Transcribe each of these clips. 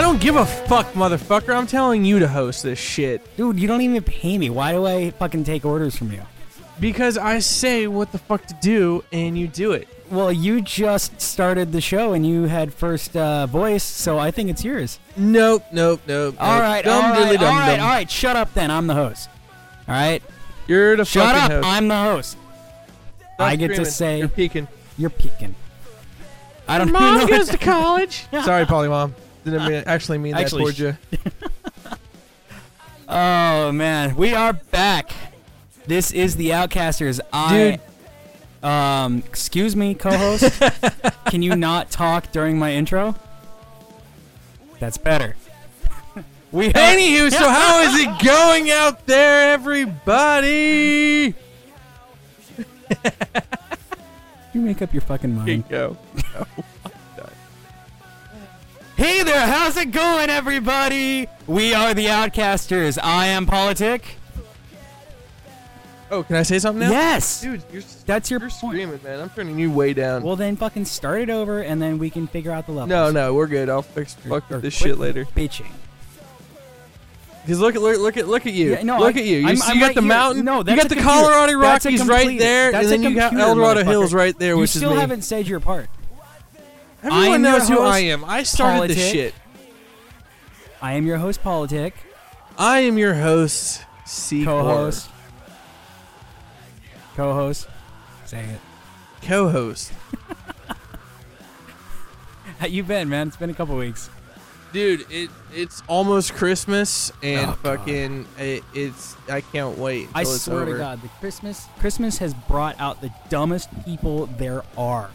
don't give a fuck, motherfucker. I'm telling you to host this shit Dude, you don't even pay me. Why do I fucking take orders from you? because I say what the fuck to do and you do it. Well, you just started the show and you had first uh, voice, so I think it's yours. Nope, nope, nope. All right, dum all right, diddly dum all right, dum. all right. Shut up, then. I'm the host. All right, You're the shut fucking up. host. I'm the host. Stop I get to screaming. say- you're peeking. You're peeking. I don't even know. Mom what goes to that- college. Sorry, Polly Mom. Didn't mean, actually mean that Actually, towards you. Oh man, we are back. This is the Outcasters. I, um, excuse me, co-host. Can you not talk during my intro? That's better. we are- Anywho, so how is it going out there, everybody? you make up your fucking mind. go. Hey there, how's it going, everybody? We are the Outcasters. I am Politic. Oh, can I say something now? Yes. Dude, you're, That's your you're point. screaming, man. I'm turning you way down. Well, then fucking start it over, and then we can figure out the levels. no, no, we're good. I'll fix Or- fuck or with this quit shit later. Bitching. Because look at look, look at look at you. Yeah, no, look I- at you. You, I'm- see, I'm you got right the here. mountain. No, you that's got a the computer. Colorado That's a Rockies right complete- there, and that's a then you got computer, El Dorado motherfucker. Hills right there, You which still is me. haven't said your part. Everyone I'm your knows who host, I am. I started this shit. Politic. I am your host, Politic, I am your host, C. co-host, co-host. Say it. Co-host. How you been, man? It's been a couple weeks. Dude, it it's almost Christmas and Oh, God. fucking it, it's I can't wait. I till it's swear over. to God, the Christmas Christmas has brought out the dumbest people there are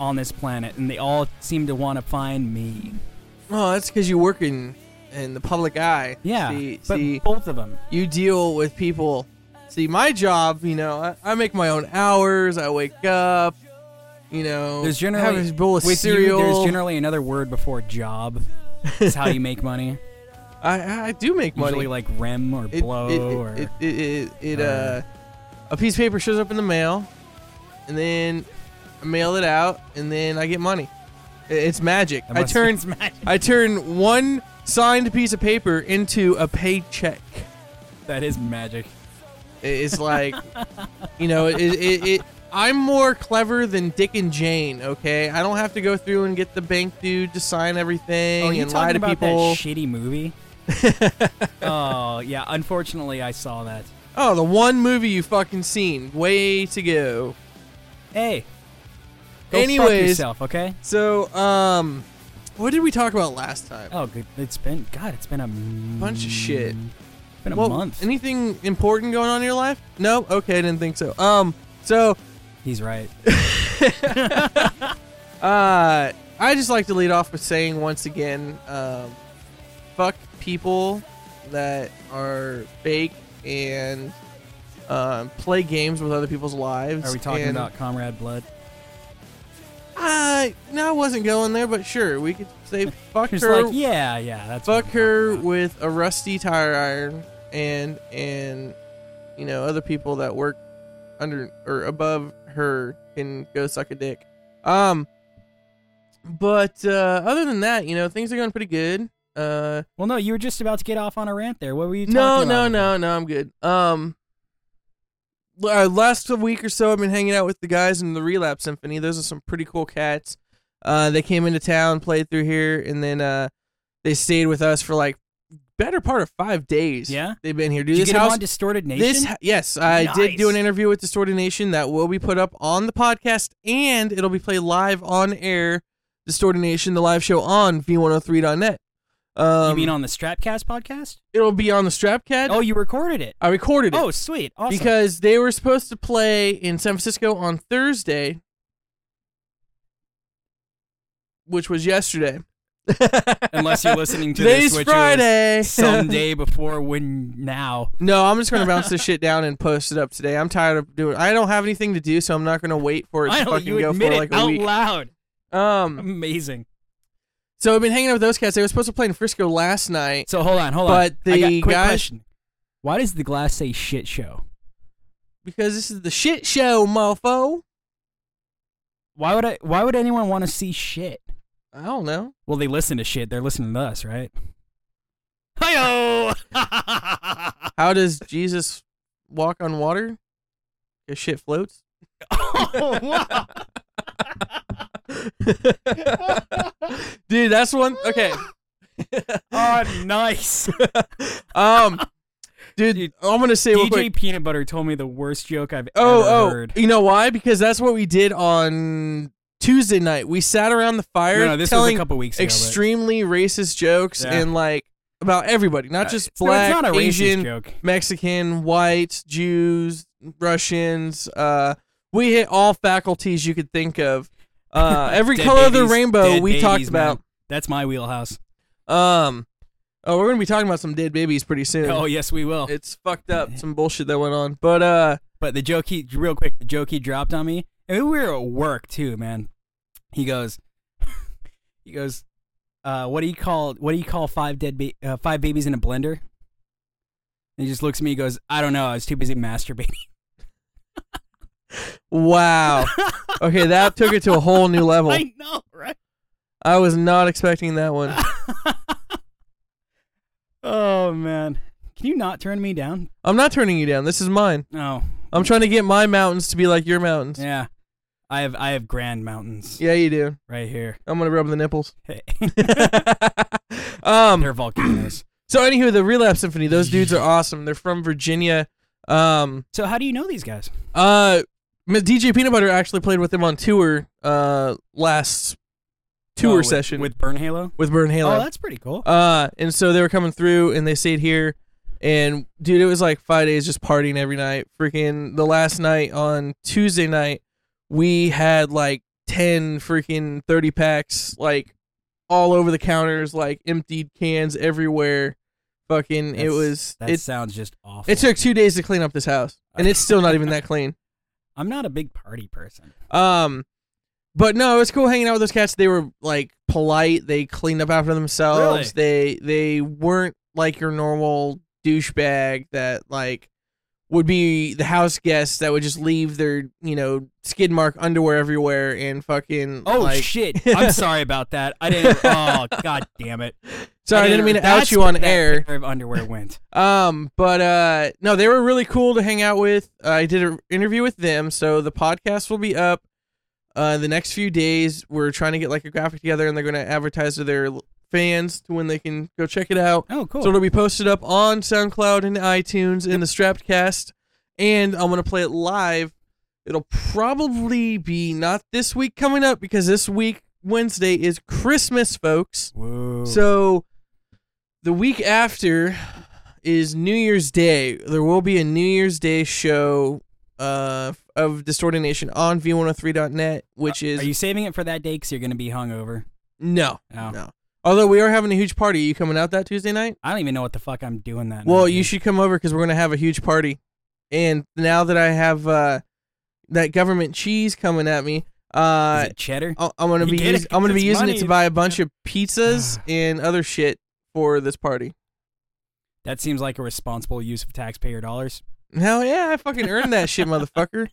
on this planet, and they all seem to want to find me. Oh, that's because you work in in the public eye. Yeah, See, but see, both of them. you deal with people. See, my job, you know, I, I make my own hours. I wake up. You know, There's have generally a bowl of with cereal. You, there's generally another word before job. Is how you make money. I- I I do make money. Usually like rem or it, blow it, or it, it, it, it, or- uh, a piece of paper shows up in the mail, and then I mail it out, and then I get money. I- It's magic. That I must- turn it's magic. I turn one signed piece of paper into a paycheck. That is magic. I- It's like, you know, it, it, it, it. I'm more clever than Dick and Jane. Okay, I don't have to go through and get the bank dude to sign everything Oh, you and lie talking to about people. that shitty movie? oh yeah, unfortunately I saw that. oh, the one movie you fucking seen. Way to go. Hey, go fuck Anyways, yourself, okay? So, um, what did we talk about last time? Oh, good. It's been God. It's been a bunch of shit. Been a well, month. anything important going on in your life? No. Okay, I didn't think so. Um, so, He's right. uh, I just like to lead off with saying once again, um, fuck people that are fake and um, play games with other people's lives. Are we talking and- about Comrade Blood? Uh, no, I wasn't going there, but sure, we could say fuck He's her. like, yeah, yeah. That's fuck what I'm her talking with a rusty tire iron and and you know other people that work under or above her can go suck a dick um but uh other than that you know things are going pretty good uh about. Well, no, you were just about to get off on a rant there. What were you? Talking no no about? no no i'm good um l- uh, last week or so i've been hanging out with the guys in the relapse symphony those are some pretty cool cats uh they came into town played through here and then uh they stayed with us for like better part of five days Yeah? they've been here dude Did you this get him house on Distorted Nation? this ha- yes i did do an Nice. interview with distorted nation that will be put up on the podcast and it'll be played live on air distorted nation the live show on v103.net um you mean on the Strapcast podcast? it'll be on the strapcat Oh, you recorded it. i recorded it Oh, sweet. Awesome. because they were supposed to play in San Francisco on Thursday, which was yesterday. Unless you're listening to Today's this, which Friday. is some day before when now. no, I'm just gonna bounce this shit down and post it up today. I'm tired of doing. I don't have anything to do, so I'm not gonna wait for it to I don't, fucking you go for admit it like a out week. loud. Um, Amazing. so I've been hanging out with those cats. They were supposed to play in Frisco last night. So hold on, hold But on. the I got, quick guys- question. Why does the glass say shit show? Because this is the shit show, mofo. Why would I? Why would anyone want to see shit? I don't know. Well, they listen to shit. They're listening to us, right? Hiyo! How does Jesus walk on water? His shit floats. oh, wow. Dude, that's one. Okay. oh, nice. Um, dude, Dude, I'm gonna say real DJ quick. Peanut Butter told me the worst joke I've Oh, ever oh, heard. you know why? Because that's what we did on Tuesday night. We sat around the fire No, no, this was telling a couple weeks ago. but- extremely racist jokes Yeah. and like about everybody, not Uh, just no, it's black, not a racist Asian, joke. Mexican, white, Jews, Russians. Uh, we hit all faculties you could think of. Uh, every Dead color of the babies- rainbow dead we talked babies, man. about. That's my wheelhouse. Um, oh, we're gonna be talking about some dead babies pretty soon. Oh yes, we will. It's fucked up. Some bullshit that went on, but uh, But the joke he real quick, the joke he dropped on me, and we were at work too, man. He goes, he goes, uh, what do you call what do you call five dead ba- uh, five babies in a blender? And he just looks at me. He goes, I don't know. I was too busy masturbating. wow. okay, that took it to a whole new level. I know, right? I was not expecting that one. oh man, can you not turn me down? I'm not turning you down. This is mine. No, I'm trying to get my mountains to be like your mountains. yeah, I have I have grand mountains Yeah, you do. right here. I'm gonna rub the nipples. Hey. um, They're volcanoes. so anywho, the Relapse Symphony. Those dudes are awesome. They're from Virginia. Um, So how do you know these guys? uh, DJ Peanut Butter actually played with them on tour. Uh, last Oh, tour with- session with, with Burn Halo. Burn Oh, Halo. that's pretty cool. uh, and so they were coming through, and they stayed here. And dude, it was like five days just partying every night. Freaking the last night on Tuesday night, we had like ten freaking thirty packs, like all over the counters, like emptied cans everywhere. Fucking, Um, it That's- was that it. sounds just awful. It took two days to clean up this house, and it's still not even that clean. I'm not a big party person. Um, but no, it was cool hanging out with those cats. They were like polite. They cleaned up after themselves. They they weren't like your normal douchebag that like would be the house guests that would just leave their you know skid mark underwear everywhere and fucking Oh like, shit! I'm sorry about that. I didn't. Oh god damn it! sorry I didn't mean to out that's you where on that air. pair of underwear went. Um, but uh, no, they were really cool to hang out with. I did an interview with them, so the podcast will be up. Uh, the next few days, we're trying to get like a graphic together, and they're going to advertise to their l- fans to when they can go check it out. Oh cool. So it'll be posted up on SoundCloud and iTunes in the Strappedcast, and I'm gonna play it live. It'll probably be not this week coming up because this week Wednesday is Christmas, folks. Whoa. So the week after is New Year's Day. There will be a New Year's Day show uh, of Distorted Nation on V103.net, which is Uh, are you saving it for that day? Because you're gonna be hungover. Oh. no, No. no. Although we are having a huge party. Are you coming out that Tuesday night? I don't even know what the fuck I'm doing that. well, night, you dude. should come over because we're gonna have a huge party. And now that I have uh, that government cheese coming at me, Is uh, it cheddar? I- I'm gonna You be get it us- I'm gonna be because it's using it money. to buy a bunch of pizzas and other shit for this party. That seems like a responsible use of taxpayer dollars. Hell yeah, I fucking earned that shit, motherfucker.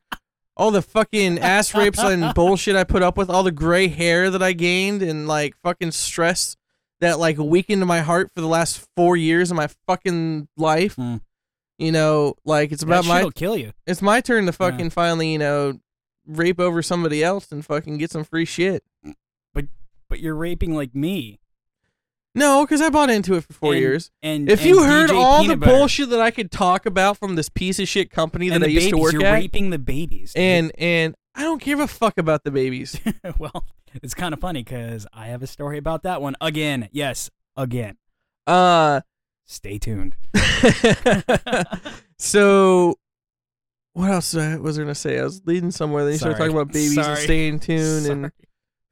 All the fucking ass rapes and bullshit I put up with, all the gray hair that I gained, and like fucking stress that like weakened my heart for the last four years of my fucking life. Hmm. You know, like it's about that my shit'll kill you. it's my turn to fucking finally you know rape over somebody else and fucking get some free shit. But you're raping like me. No, because I bought into it for four And- years. And If and you heard DJ all the Peanut Butter. bullshit that I could talk about from this piece of shit company and that I the used babies, to work you're at, raping the babies. dude. and and I don't give a fuck about the babies. well, it's kind of funny because I have a story about that one again. Yes, again. Uh, Stay tuned. so what else did I- was I gonna say? I was leading somewhere. Then you started Sorry. talking about babies and Sorry. stay in tune and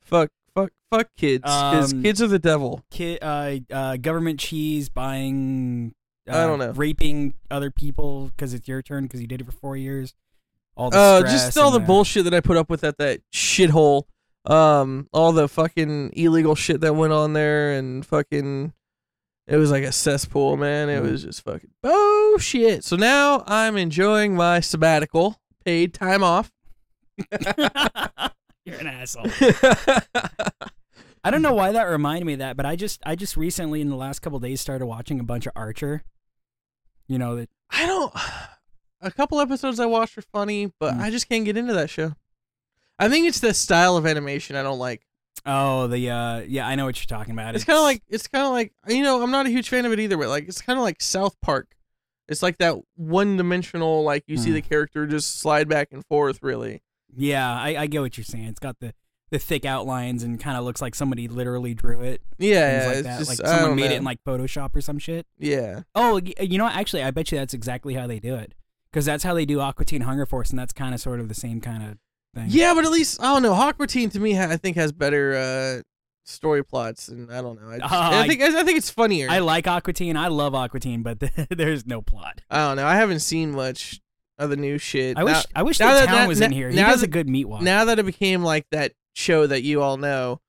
fuck, fuck, fuck kids because Um, kids are the devil. Ki uh, uh, government cheese buying. Uh, I don't know. Raping other people because it's your turn because you did it for four years. All the Uh, stress just all and the bullshit that I put up with at that shithole. Um, all the fucking illegal shit that went on there and fucking. It was like a cesspool, man. Mm-hmm. It was just fucking bullshit. So now I'm enjoying my sabbatical, paid time off. You're an asshole. I don't know why that reminded me of that, but I just I just recently in the last couple days started watching a bunch of Archer. You know, that I don't. A couple episodes I watched are funny, but Hmm. I just can't get into that show. I think it's the style of animation I don't like. oh the uh yeah I know what you're talking about. It's kind of like it's kind of like you know I'm not a huge fan of it either. But like it's kind of like South Park. It's like that one dimensional. Like you see Hmm. the character just slide back and forth. Really. yeah I, I get what you're saying. It's got the the thick outlines and kind of looks like somebody literally drew it. Yeah. things like it's that. just like I someone don't made know. it in like Photoshop or some shit. yeah. Oh, y- you know, what? actually, I bet you that's exactly how they do it because that's how they do Aqua Teen Hunger Force, and that's kind of sort of the same kind of thing. Yeah, but at least I don't know. Hawk Routine to me, ha- I think has better uh, story plots, and I don't know. I, just- Ah, I I- think I, I think it's funnier. I like Aqua Teen. I love Aqua Teen, but there's no plot. I don't know. I haven't seen much of the new shit. I wish Now- I wish the now that- town now- was in now- here. He now does a that- good meat walk. now that it became like that show that you all know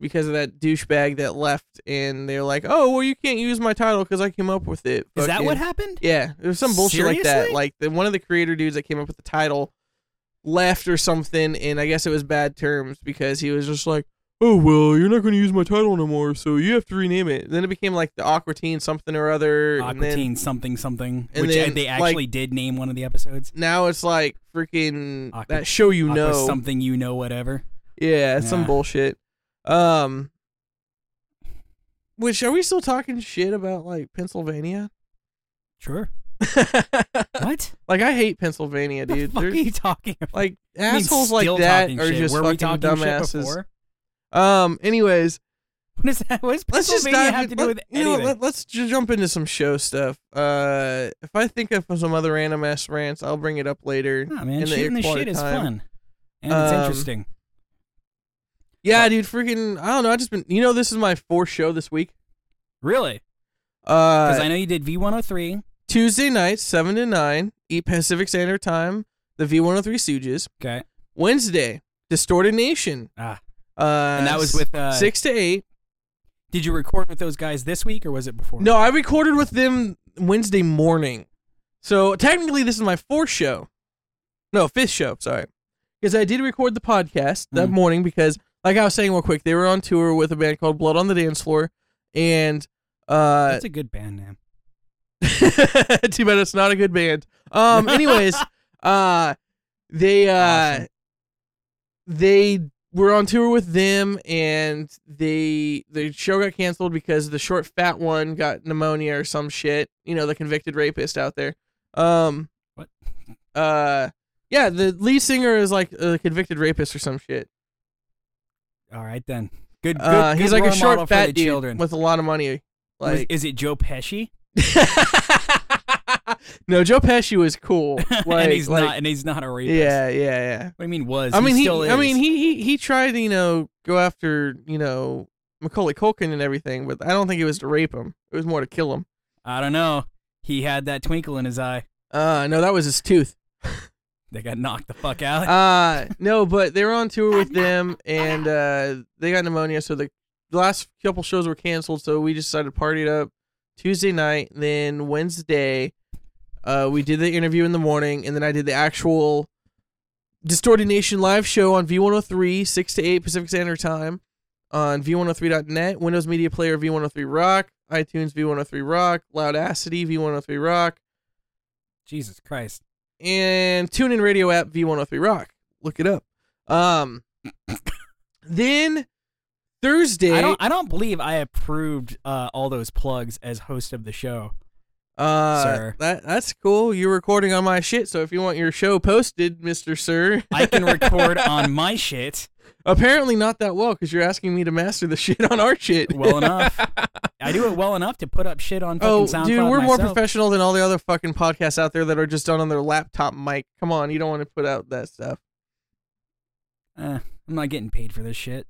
because of that douchebag that left, and they're like, "Oh, well, you can't use my title because I came up with it." Is that Fucking- what happened? Yeah, there was some bullshit like that. Seriously? Like the, one of the creator dudes that came up with the title left or something, and I guess it was bad terms because he was just like, "Oh well, you're not going to use my title no more, so you have to rename it." Then it became like the Aqua Teen something or other, and Aqua then Teen something something, and which uh, then, they like- actually did name one of the episodes. now it's like freaking Aqua- that show you Aqua know, something you know whatever. yeah, some Yeah. bullshit. Um, which are we still talking shit about like Pennsylvania? Sure. What? like I hate Pennsylvania, the dude. fuck They're- are you talking about? Like I mean, assholes like still that talking are shit. just Were we fucking talking Shit dumbasses. before? Um. Anyways, What is that? What does let's just Pennsylvania dive. have to let- do with you know, anything? let, us just jump into some show stuff. Uh, if I think of some other random ass rants, I'll bring it up later. Nah, man, in the shooting the equality shit is time. fun, and it's Um, interesting. Yeah, dude. Freaking. I don't know. I just been. You know, this is my fourth show this week. Really, because Uh, I know you did V103. Tuesday nights, seven to nine, Eat Pacific Standard Time. The V103 Stooges. Okay, Wednesday, Distorted Nation. Ah. Uh, and that was with. Uh, six to eight. Did you record with those guys this week, or was it before? No, uh, I recorded with them Wednesday morning. So technically, this is my fourth show. No, fifth show, sorry. Because I did record the podcast that Mhm. morning because, like I was saying real quick, they were on tour with a band called Blood on the Dance Floor. And uh, that's a good band name. too bad it's not a good band. Um, anyways, uh, they uh, Awesome. they were on tour with them, and they the show got canceled because the short fat one got pneumonia or some shit. You know, the convicted rapist out there. Um, What? Uh, yeah, the lead singer is like a convicted rapist or some shit. All right then. Good. good Uh, good he's like role a model short for fat the dude children. with a lot of money. Was- Like, is it Joe Pesci? no, Joe Pesci was cool. Like, and he's like, not. And he's not a rapist. Yeah, yeah, yeah. What do you mean was? I mean, he, still is. I mean, he, he, he tried to, you know, go after, you know, Macaulay Culkin and everything, but I don't think it was to rape him. It was more to kill him. I don't know. He had that twinkle in his eye. Uh, no, that was his tooth. They got knocked the fuck out. Uh, no, but they were on tour with them, and uh, they got pneumonia, so the last couple shows were canceled. So we just decided to party it up Tuesday night, then Wednesday. Uh, we did the interview in the morning, and then I did the actual Distorted Nation live show on V103, six to eight Pacific Standard Time, on V103.net, Windows Media Player V103 Rock, iTunes V103 Rock, Loudacity V103 Rock, Jesus Christ. and tune in radio app V103 Rock. Look it up. Um, then Thursday. I don't. I don't believe I approved uh, all those plugs as host of the show. uh, Sir. That that's cool. You're recording on my shit, so if you want your show posted, Mister Sir, I can record on my shit apparently not that well because you're asking me to master the shit on our shit. well enough. I do it well enough to put up shit on fucking Oh, SoundCloud dude, we're more myself. professional than all the other fucking podcasts out there that are just done on their laptop mic. Come on, you don't want to put out that stuff. Eh, I'm not getting paid for this shit.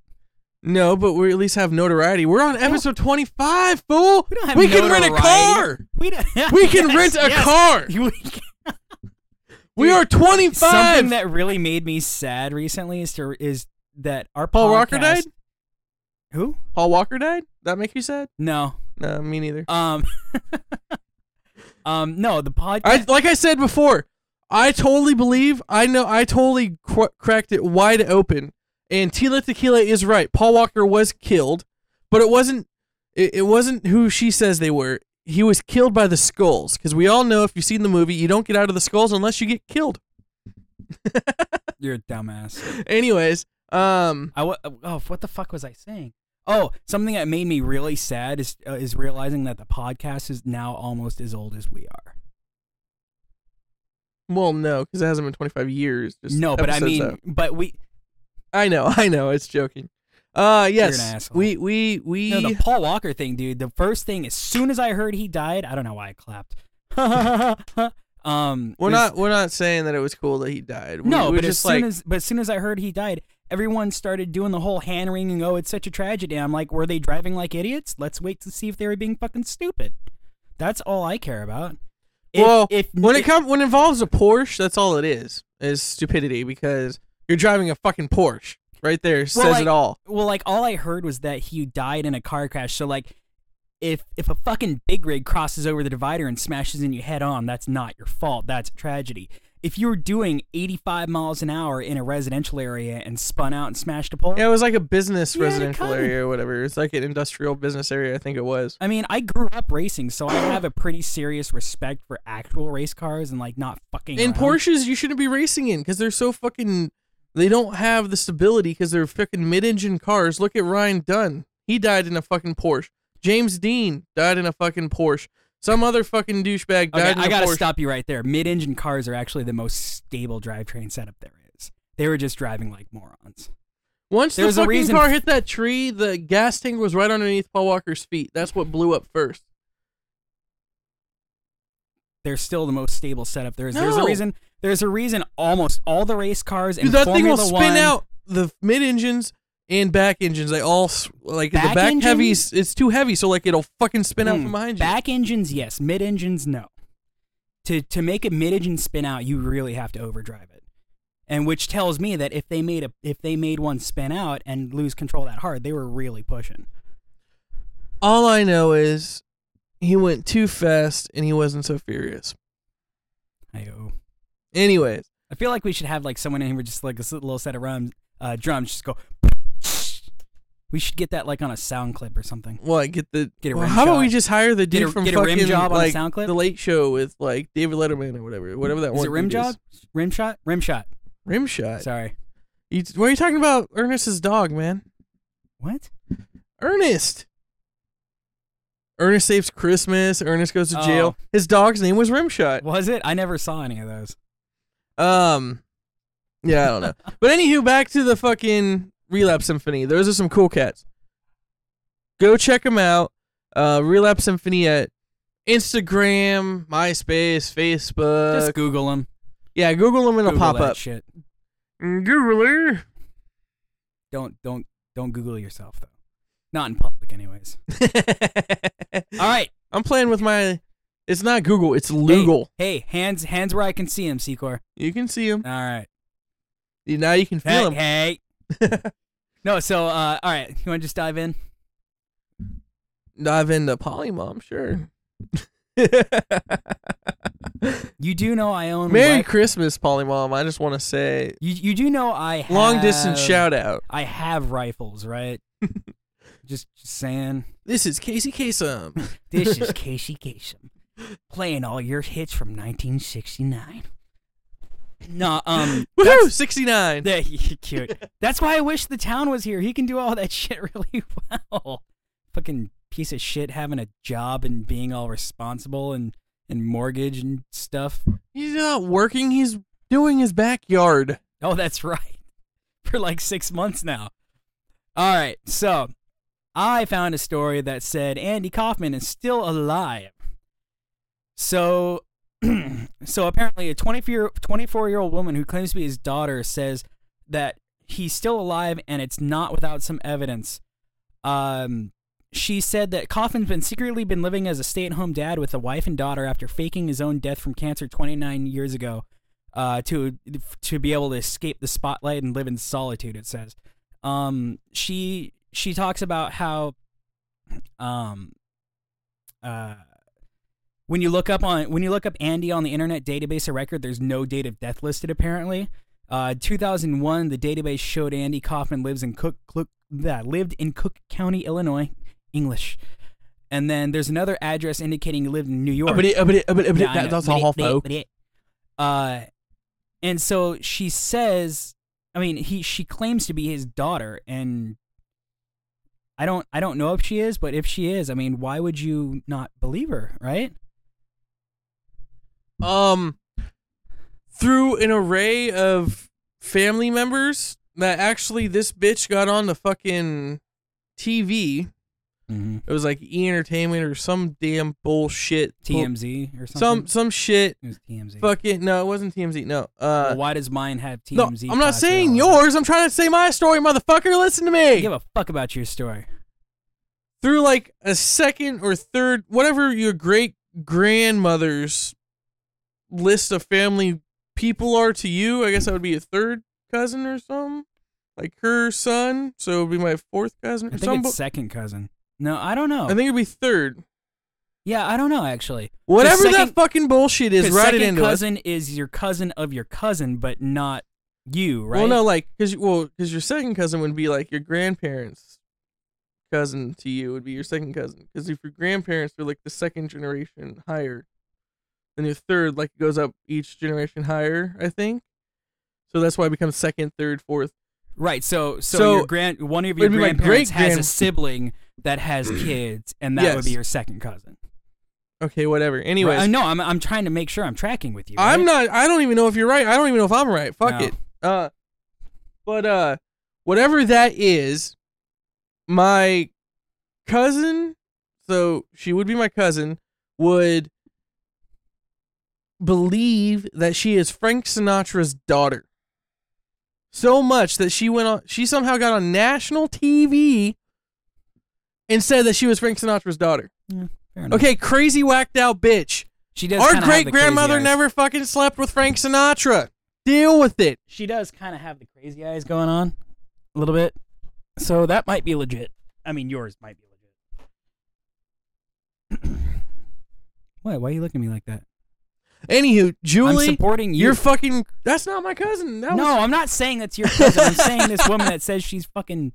No, but we at least have notoriety. We're on episode 25, fool. We don't have We can rent a notoriety. car. We, don't, We can Yes, rent a yes. car. We can- we are 25. Something that really made me sad recently is to is that our Paul podcast, Walker died? Who? Paul Walker died? That make you sad? No. No, me neither. Um. um. No. The podcast. I like I said before, I totally believe I know I totally cr- cracked it wide open And Tila Tequila is right. Paul Walker was killed, but it wasn't it, it wasn't who she says they were. He was killed by the skulls because we all know if you've seen the movie, you don't get out of the skulls unless you get killed. You're a dumbass. Anyways, um, I wa- oh, what the fuck was I saying? Oh, something that made me really sad is uh, is realizing that the podcast is now almost as old as we are. well, no, because it hasn't been 25 years. Just no, but I episodes mean, out. but we I know, I know, it's joking. Uh, an yes, asshole. we we we. No, the Paul Walker thing, dude. The first thing, as soon as I heard he died, I don't know why I clapped. um, we're was- not we're not saying that it was cool that he died. We- No, we're but as just soon like as but as soon as I heard he died, everyone started doing the whole hand wringing. Oh, it's such a tragedy. I'm like, were they driving like idiots? Let's wait to see if they were being fucking stupid. That's all I care about. If, well, if when it comes when it involves a Porsche, that's all it is is stupidity because you're driving a fucking Porsche right there says Well, like- it all. well, like all I heard was that he died in a car crash. So like, if if a fucking big rig crosses over the divider and smashes in you head on, that's not your fault. That's a tragedy. If you were doing 85 miles an hour in a residential area and spun out and smashed a pole, Yeah, it was like a business Yeah, it residential kinda- area or whatever. It's like an industrial business area, I think it was. I mean, I grew up racing, so I have a pretty serious respect for actual race cars and like not fucking. And around. Porsches, you shouldn't be racing in because they're so fucking. They don't have the stability because they're fucking mid-engine cars. Look at Ryan Dunn; he died in a fucking Porsche. James Dean died in a fucking Porsche. Some other fucking douchebag Okay, died in a I gotta Porsche. stop you right there. Mid-engine cars are actually the most stable drivetrain setup there is. They were just driving like morons. Once There's a the fucking reason- car hit that tree, the gas tank was right underneath Paul Walker's feet. That's what blew up first. They're still the most stable setup there is. There's a No. reason. There's a reason. Almost all the race cars and Dude, that thing will Formula spin One- out the mid engines and back engines. They all s- like the Back back heavies. engines? It's too heavy, so like it'll fucking spin out Hmm, from behind you. Back engines, yes. Mid engines, no. To to make a mid engine spin out, you really have to overdrive it. And which tells me that if they made a if they made one spin out and lose control that hard, they were really pushing. All I know is he went too fast and he wasn't so furious. I oh. Anyways, I feel like we should have like someone in here with just like a s- little set of drums, uh, drums just go. We should get that like on a sound clip or something. what get the Get a well, rim how about we job. just hire the dude Get a- from get a fucking rim job on the like sound clip? the Late Show with like David Letterman or whatever, whatever that Is one it rim dude job? Rim shot? Rim shot. Rim shot. Sorry. You, why are you talking about Ernest's dog, man? What? Ernest. Ernest saves Christmas. Ernest goes to Oh. jail. His dog's name was Rimshot. Was it? I never saw any of those. Um, yeah, I don't know. but anywho, back to the fucking Relapse Symphony. Those are some cool cats. Go check them out. Uh, Relapse Symphony at Instagram, MySpace, Facebook. Just Google them. yeah, Google them and it'll Google Uh, pop that up. Shit. Mm, Googler. don't don't don't Google yourself though. Not in public, anyways. All right. I'm playing with my. It's not Google. It's Lugal. Hey, hands hands where I can see him, Secor. You can see him. All right. Now you can feel Hey, him. hey. No, so uh, all right. You want to just dive in? dive into polymom, sure. You do know I own. Merry wi- Christmas, polymom. I just want to say you you do know I have, long distance shout out. I have rifles, right? just, just saying. This is Casey Kasem. This is Casey Kasem playing all your hits from 1969. No, um, Woohoo, sixty nine. Yeah, he- cute. That's why I wish the town was here. He can do all that shit really well. Fucking piece of shit having a job and being all responsible and and mortgage and stuff. He's not working. He's doing his backyard. Oh, that's right. For like six months now. All right, so I found a story that said Andy Kaufman is still alive. So, so apparently, a 24 year old woman who claims to be his daughter says that he's still alive and it's not without some evidence. Um, she said that Kaufman's been secretly been living as a stay at home dad with a wife and daughter after faking his own death from cancer 29 years ago uh, to to be able to escape the spotlight and live in solitude. It says, um, she she talks about how, um, uh, when you look up on when you look up Andy on the internet database of record, there's no date of death listed apparently. Uh, 2001, the database showed Andy Kaufman lives in Cook, Cook that lived in Cook County, Illinois. English. And then there's another address indicating he lived in New York. Uh, but it, uh, but it, uh, but it, but Yeah, it, I that, know. that's a whole folk. Uh, and so she says, I mean, he she claims to be his daughter, and I don't I don't know if she is, but if she is, I mean, why would you not believe her, right? um through an array of family members that actually this bitch got on the fucking TV. Mm-hmm. It was like E Entertainment or some damn bullshit. TMZ or Some something. some shit. it was TMZ. Fucking no, it wasn't TMZ. No. Well, Uh why does mine have TMZ? no, I'm not tattooed saying all over it? yours. I'm trying to say my story, motherfucker. Listen to I me. give a fuck about your story. Through like a second or third, whatever your great grandmother's list of family people are to you, I guess that would be a third cousin or something. Like her son, so it would be my fourth cousin. I Or think some it's bu- second cousin. No, I don't know. I think it'd be third. yeah, I don't know actually. 'Cause Whatever second- that fucking bullshit is, 'Cause write second it into us. cousin is your cousin of your cousin, but not you, right? Well, no, like because well, because your second cousin would be like your grandparents' cousin to you would be your second cousin. Because if your grandparents are like the second generation higher, then your third like goes up each generation higher. I think. So that's why it becomes second, third, fourth. Right. So, so, So, your grand one of your it'd be my grandparents has a great-grand- sibling that has kids, and that would be Yes. your second cousin. Okay, whatever. Anyways, right? no, I'm I'm trying to make sure I'm tracking with you. I'm not. right? I don't even know if you're right. I don't even know if I'm right. Fuck No. it. Uh, but uh, whatever that is, my cousin. So she would be my cousin. Would believe that she is Frank Sinatra's daughter. So much that she went on. She somehow got on national TV and said that she was Frank Sinatra's daughter. Fair enough. Okay, crazy whacked out bitch. She does. Our kinda have the great grandmother crazy eyes. never fucking slept with Frank Sinatra. Deal with it. She does kind of have the crazy eyes going on a little bit. So that might be legit. I mean, yours might be legit. What? Why are you looking at me like that? Anywho, Julie, I'm supporting you. you're fucking. That's not my cousin. That no, was, I'm not saying that's your cousin. I'm saying this woman that says she's fucking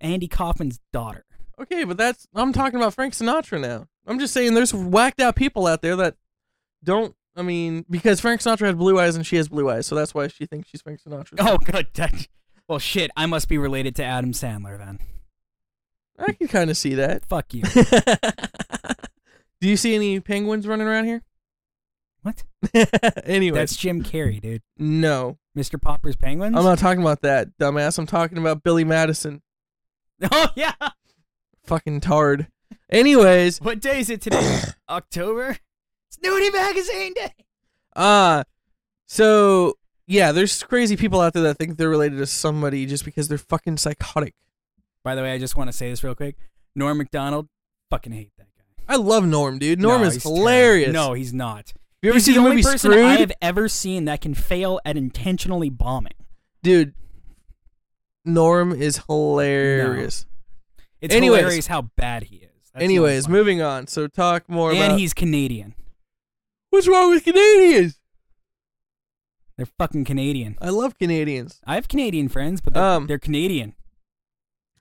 Andy Kaufman's daughter. okay, but that's. I'm talking about Frank Sinatra now. I'm just saying there's whacked out people out there that don't. I mean, because Frank Sinatra had blue eyes and she has blue eyes, so that's why she thinks she's Frank Sinatra. Oh, good. That- Well, shit. I must be related to Adam Sandler then. I can kind of see that. Fuck you. Do you see any penguins running around here? What? anyway, That's Jim Carrey, dude. no. Mr. Popper's Penguins. I'm not talking about that, dumbass. I'm talking about Billy Madison. oh yeah. fucking tard. Anyways, What day is it today? October. It's Nudie Magazine Day. uh so yeah, there's crazy people out there that think they're related to somebody just because they're fucking psychotic. By the way, I just want to say this real quick. Norm Macdonald, fucking hate that guy. I love Norm, dude. Norm No, is he's terrible. hilarious. No, he's not. you ever He's see the the, only movie person Screwed? I have ever seen that can fail at intentionally bombing. Dude, Norm is hilarious. It's Anyways. hilarious how bad he is. That's not Anyways, funny. moving uh, on. So talk more and about he's Canadian. what's wrong with Canadians. They're fucking Canadian. I love Canadians. I have Canadian friends, but they're, Um, they're Canadian.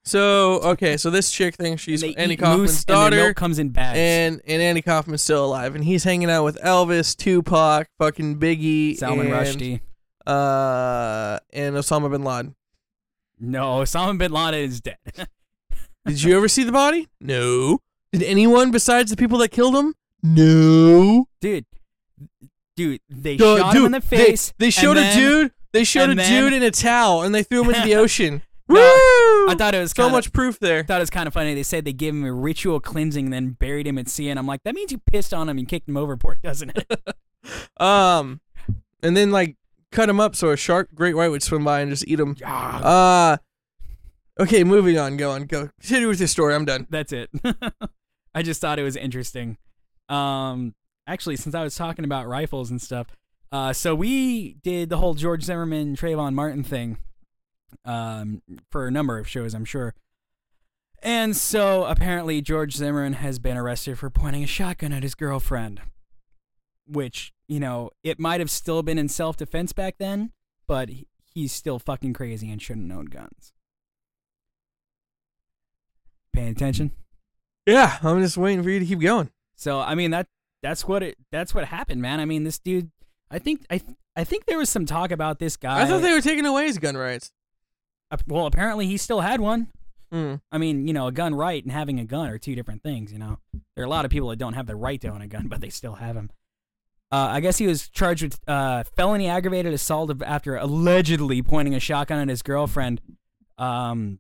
So okay, so this chick thing, she's And they Annie eat moose, Kaufman's And their daughter. milk comes in bags. and and Andy Kaufman's still alive, and he's hanging out with Elvis, Tupac, fucking Biggie, Salman and, Rushdie. uh, and Osama bin Laden. No, Osama bin Laden is dead. Did you ever see the body? No. Did anyone besides the people that killed him? No. dude, dude, they The- shot him dude, in the they- face. They, and showed then- a dude. They showed and a then- dude in a towel, and they threw him into the ocean. No, Woo! I thought it was so kinda- much proof there. I thought it was kind of funny. They said they gave him a ritual cleansing and then buried him at sea. And I'm like, that means you pissed on him and kicked him overboard, doesn't it? Um, and then like cut him up so a shark, great white, would swim by and just eat him. Yeah. Uh, okay, moving on. Go on. Go. Continue with your story. I'm done. That's it. I just thought it was interesting. Um, actually, since I was talking about rifles and stuff, uh, so we did the whole George Zimmerman, Trayvon Martin thing um, for a number of shows, I'm sure. And so apparently, George Zimmerman has been arrested for pointing a shotgun at his girlfriend, which, you know, it might have still been in self defense back then, but he- he's still fucking crazy and shouldn't own guns. Paying attention? Yeah, I'm just waiting for you to keep going. So I mean that that's what it that's what happened, man. I mean this dude. I think I th- I think there was some talk about this guy. I thought they were taking away his gun rights. Ap- well, apparently he still had one. Mm. I mean, you know, a gun right and having a gun are two different things. You know, there are a lot of people that don't have the right to own a gun, but they still have them. Uh, I guess he was charged with uh, felony aggravated assault of, after allegedly pointing a shotgun at his girlfriend. Um,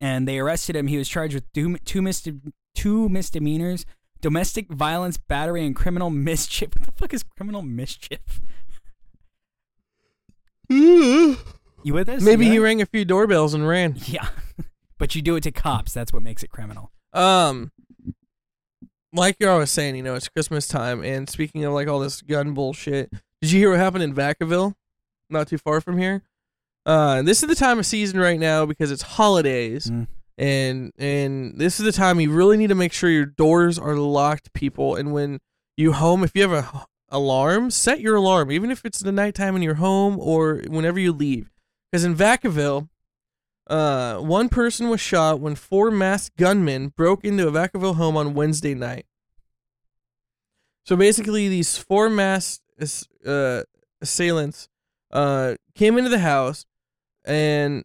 and they arrested him. He was charged with two, two, misde- two misdemeanors domestic violence, battery, and criminal mischief. What the fuck is criminal mischief? You with us? Maybe You he there? rang a few doorbells and ran. Yeah. but you do it to cops. That's what makes it criminal. Um, like you're always saying, you know, it's Christmas time. And speaking of like all this gun bullshit, did you hear what happened in Vacaville? Not too far from here. Uh, this is the time of season right now because it's holidays, Mm. and and this is the time you really need to make sure your doors are locked, people. And when you home, if you have a h- alarm, set your alarm, even if it's the nighttime in your home or whenever you leave. Because in Vacaville, uh, one person was shot when four masked gunmen broke into a Vacaville home on Wednesday night. So basically, these four masked ass- uh, assailants uh, came into the house and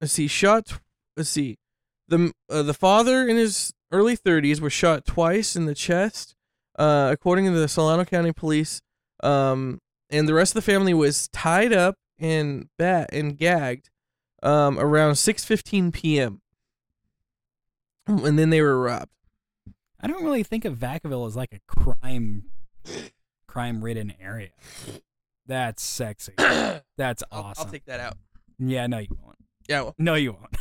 let's see, shot. tw- Let's see, the uh, the father in his early 30s was shot twice in the chest, uh, according to the Solano County Police. Um, and the rest of the family was tied up and bat and gagged um, around 6:15 p.m. Mm, and then they were robbed. I don't really think of Vacaville as like a crime crime ridden area. That's sexy. That's I'll, awesome. I'll take that out. yeah, no you won't. Yeah. Well, No you won't.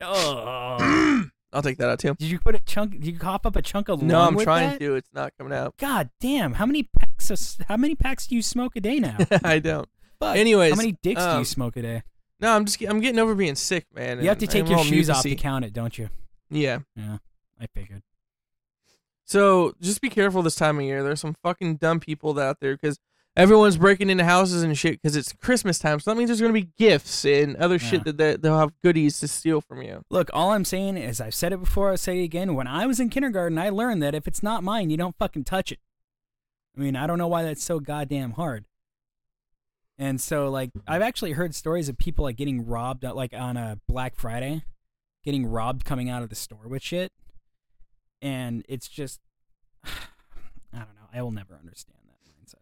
oh. I'll take that out too. Did you put a chunk did you cough up a chunk of No, lung I'm with trying that? to. It's not coming out. God damn, how many packs of, s- how many packs do you smoke a day now? I don't. Fuck. Anyways, how many dicks do um, you smoke a day? No, I'm just. get- I'm getting over being sick, man. You have to and take I'm your all shoes off to mucusy. count it, don't you? Yeah. Yeah, I figured. So just be careful this time of year. There's some fucking dumb people out there because everyone's breaking into houses and shit because it's Christmas time. So that means there's gonna be gifts and other Yeah. shit that they, they'll have goodies to steal from you. Look, all I'm saying is I've said it before, I'll say it again. When I was in kindergarten, I learned that if it's not mine, you don't fucking touch it. I mean, I don't know why that's so goddamn hard. And so, like, I've actually heard stories of people, like, getting robbed, uh, like, on a Black Friday, getting robbed coming out of the store with shit. And it's just, I don't know. I will never understand that mindset.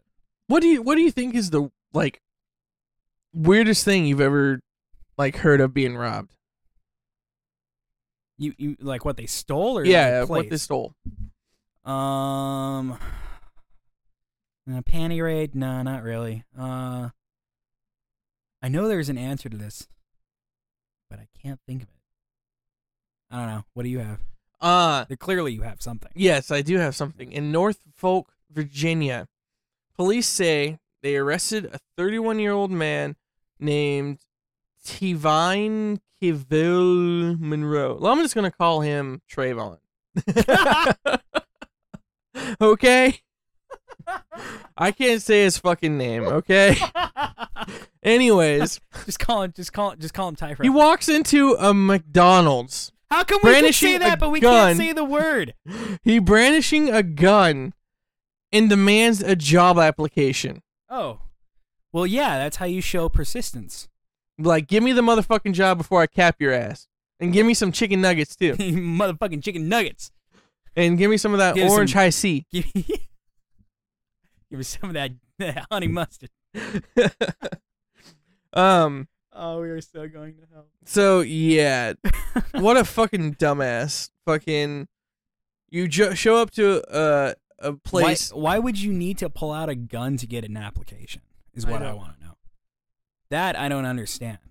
What do you What do you think is the like weirdest thing you've ever like heard of being robbed? You, you like, what they stole or Yeah, like, what placed? they stole. Um, uh, panty raid? No, not really. Uh, I know there's an answer to this, but I can't think of it. I don't know. What do you have? Uh There, clearly, you have something. yes, I do have something in Norfolk, Virginia. Police say they arrested a 31 year old man named Tevine Kivil Monroe. Well, I'm just gonna call him Trayvon. okay. I can't say his fucking name. Okay. Anyways, just call him. Just call. Just call him Tyfer. he walks into a McDonald's. How come we can brandishing say a that, but we gun. can't say the word? He brandishing a gun and demands a uh, job application. Oh, well, yeah. That's how you show persistence. Like, give me the motherfucking job before I cap your ass. And give me some chicken nuggets too. Motherfucking chicken nuggets. And give me some of that Give us orange some- high C. Give me, give me some of that, that honey mustard. um Oh, we are so going to hell. so yeah. what a fucking dumbass. Fucking you jo- show up to a a place Why, why would you need to pull out a gun to get an application? Is I what I, don't want to know. That I don't understand.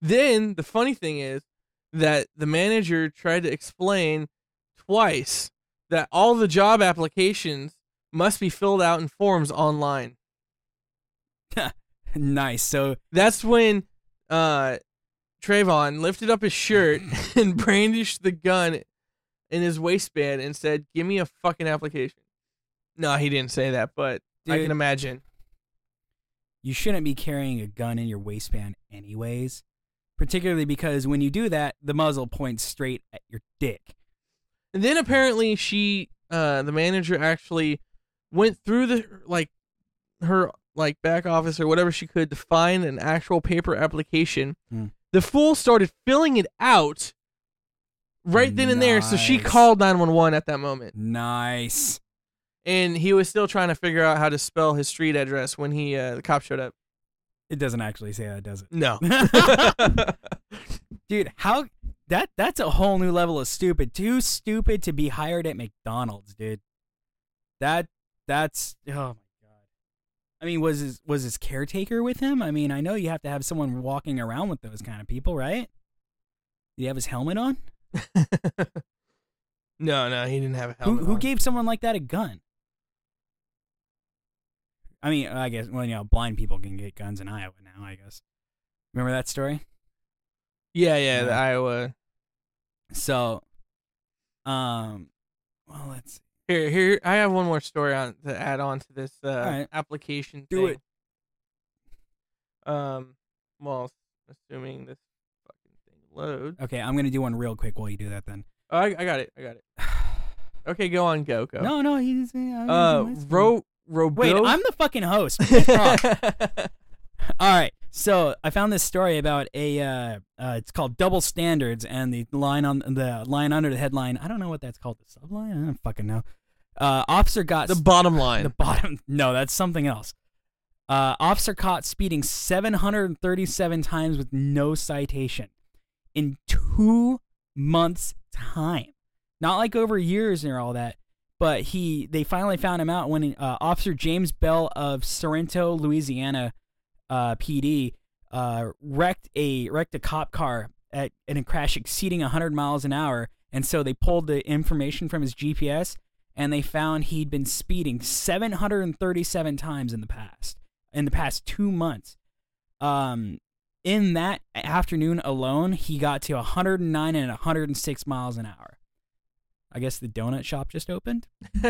Then the funny thing is that the manager tried to explain twice that all the job applications must be filled out in forms online. nice. So That's when uh, Trayvon lifted up his shirt and brandished the gun in his waistband and said, "Give me a fucking application." No, he didn't say that, but I Dude. can imagine. you shouldn't be carrying a gun in your waistband anyways particularly because when you do that the muzzle points straight at your dick And then apparently she, uh, the manager actually went through the like her like back office or whatever she could to find an actual paper application. Hmm. The fool started filling it out right then and there. So she Nice. called nine one one at that moment, nice and he was still trying to figure out how to spell his street address when he uh, the cop showed up. it doesn't actually say that does No. it dude how that that's a whole new level of stupid too stupid to be hired at mcdonald's dude that that's oh my god i mean was his was his caretaker with him i mean i know you have to have someone walking around with those kind of people right did he have his helmet on no, no, he didn't have a who, helmet. who on. gave someone like that a gun? I mean, I guess well, you know, blind people can get guns in Iowa now. I guess. Remember that story? Yeah, yeah, the Yeah. Iowa. So, um, well, let's Here, here. I have one more story on to add on to this uh, right. application. Do thing. it. Um, well, assuming this fucking thing loads. okay. I'm gonna do one real quick while you do that. Then. Oh, I, I got it. I got it. Okay, go on. Go, go. No, no, he's. Uh, Uh, Ro, Robo. Wait, I'm the fucking host. Piss off. All right. So I found this story about a. Uh, uh, it's called double standards, and the line on the line under the headline. I don't know what that's called. The subline. I don't fucking know. Uh, officer got the bottom the line. bottom. No, that's something else. Uh, officer caught speeding 737 times with no citation in two months' time. Not like over years or all that, but he they finally found him out when uh, Officer James Bell of Sorrento, Louisiana, uh, PD uh, wrecked a wrecked a cop car at in a crash exceeding 100 miles an hour, and so they pulled the information from his GPS and they found he'd been speeding 737 times in the past in the past two months. Um, in that afternoon alone, he got to 109 and 106 miles an hour. I guess the donut shop just opened.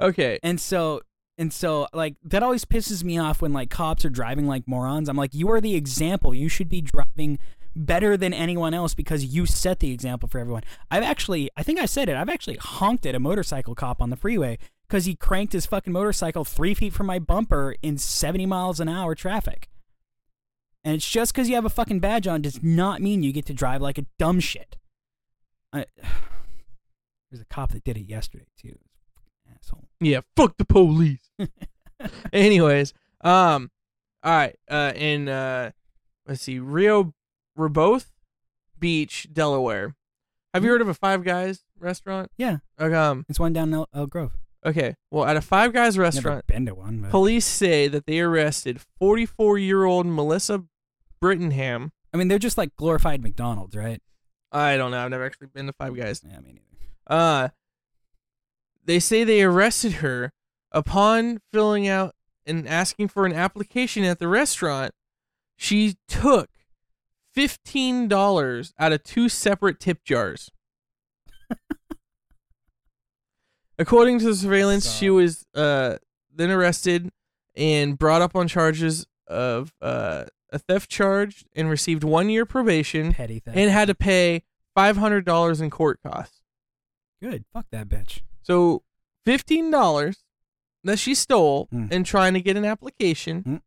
okay. And so and so like that always pisses me off when like cops are driving like morons. I'm like, you are the example. You should be driving better than anyone else because you set the example for everyone. I've actually I think I said it. I've actually honked at a motorcycle cop on the freeway because he cranked his fucking motorcycle three feet from my bumper in 70 miles an hour traffic. And it's just because you have a fucking badge on does not mean you get to drive like a dumb shit. I, there's a cop that did it yesterday too. Asshole. Yeah. Fuck the police. Anyways, um, all right, uh, in uh, let's see, Rio Rehoboth Beach, Delaware. Have Hmm? you heard of a Five Guys restaurant? Yeah, Okay, um, it's one down in El, El Grove. okay. Well, at a Five Guys Never restaurant, been to one, but police say that they arrested 44-year-old Melissa Brittingham. I mean, they're just like glorified McDonald's, right? I don't know. I've never actually been to Five Guys. Yeah, me neither. Uh, they say they arrested her upon filling out and asking for an application at the restaurant. She took fifteen dollars out of two separate tip jars. According to the surveillance, she So- was uh, then arrested and brought up on charges of uh, a theft charge and received one year probation Petty thing. Mm-hmm. and had to pay five hundred dollars in court costs. Good. Fuck that bitch. So fifteen dollars that she stole Mm. in trying to get an application. Mm.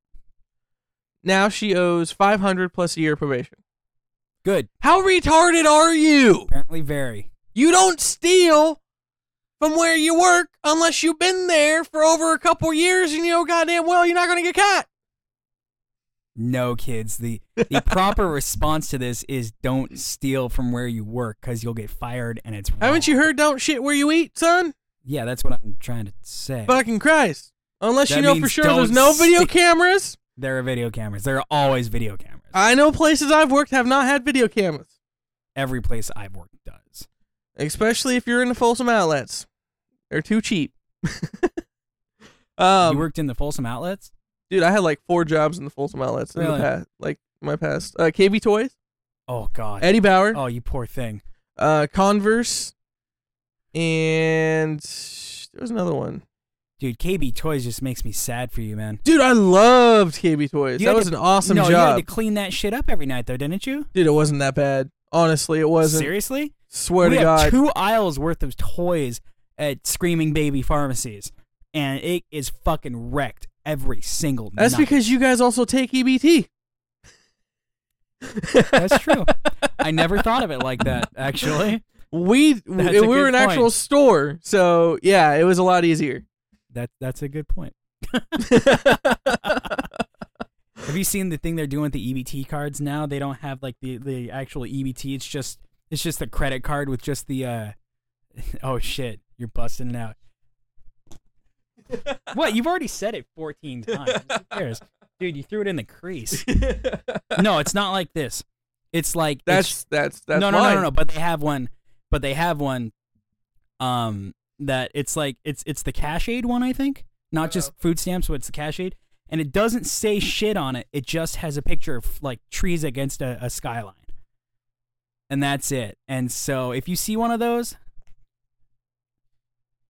Now she owes five hundred plus a year probation. Good. How retarded are you? Apparently, very. You don't steal from where you work unless you've been there for over a couple years and you know goddamn well you're not gonna get caught. No kids. The the proper response to this is don't steal from where you work because you'll get fired and it's. Wrong. Haven't you heard don't shit where you eat, son? Yeah, that's what I'm trying to say. Fucking Christ. Unless That you know for means sure don't there's no video steal. cameras. There are video cameras. There are always video cameras. I know places I've worked have not had video cameras. Every place I've worked does. especially if you're in the Folsom outlets. They're too cheap. you um, worked in the Folsom outlets. dude, I had like four jobs in the Folsom outlets in Really? the past, like my past. Uh, KB Toys, Oh God. Eddie Bauer, Oh, you poor thing. uh, Converse, and there was another one. Dude, KB Toys just makes me sad for you, man. Dude, I loved KB Toys. You that had was to- an awesome no, you had job. to clean that shit up every night, though, didn't you? Dude, it wasn't that bad. Honestly, it wasn't. Seriously? Swear we to have God. two aisles worth of toys at Screaming Baby Pharmacies, and it is fucking wrecked every single That's night. because you guys also take E EBT. That's true. I never thought of it like that, actually. We That's we a were an good actual point. store, so yeah, it was a lot easier. That that's a good point. Have you seen the thing they're doing with the EBT cards now? They don't have like the, the actual EBT. It's just it's just the credit card with just the uh oh shit, you're busting it out. what? You've already said it 14 times. Who cares? Dude, you threw it in the crease. No, it's not like this. It's like it's that's that's that's no, no, no, mine. no, no. But they have one. But they have one. Um, that it's like it's it's the cash aid one, I think. Not just food stamps, but it's the cash aid, and it doesn't say shit on it. It just has a picture of like trees against a, a skyline, and that's it. And so if you see one of those,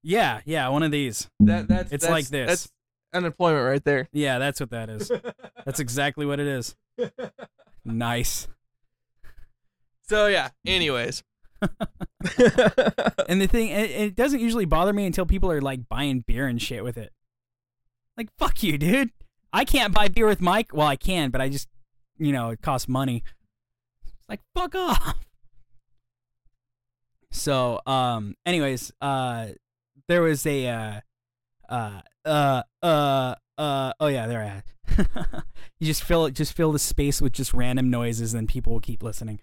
yeah, yeah, one of these. That that's It's that's- like this. That's unemployment right there. Yeah, that's what that is. that's exactly what it is. Nice. So yeah. Anyways. And the thing, it, it doesn't usually bother me until people are like buying beer and shit with it. Like, fuck you, dude. I can't buy beer with Mike. Well, I can, but I just, you know, it costs money. It's like, fuck off. So, um, anyways, uh, there was a, uh, uh, uh, uh, uh, oh yeah, there I am. you just fill it, just fill the space with just random noises, and people will keep listening.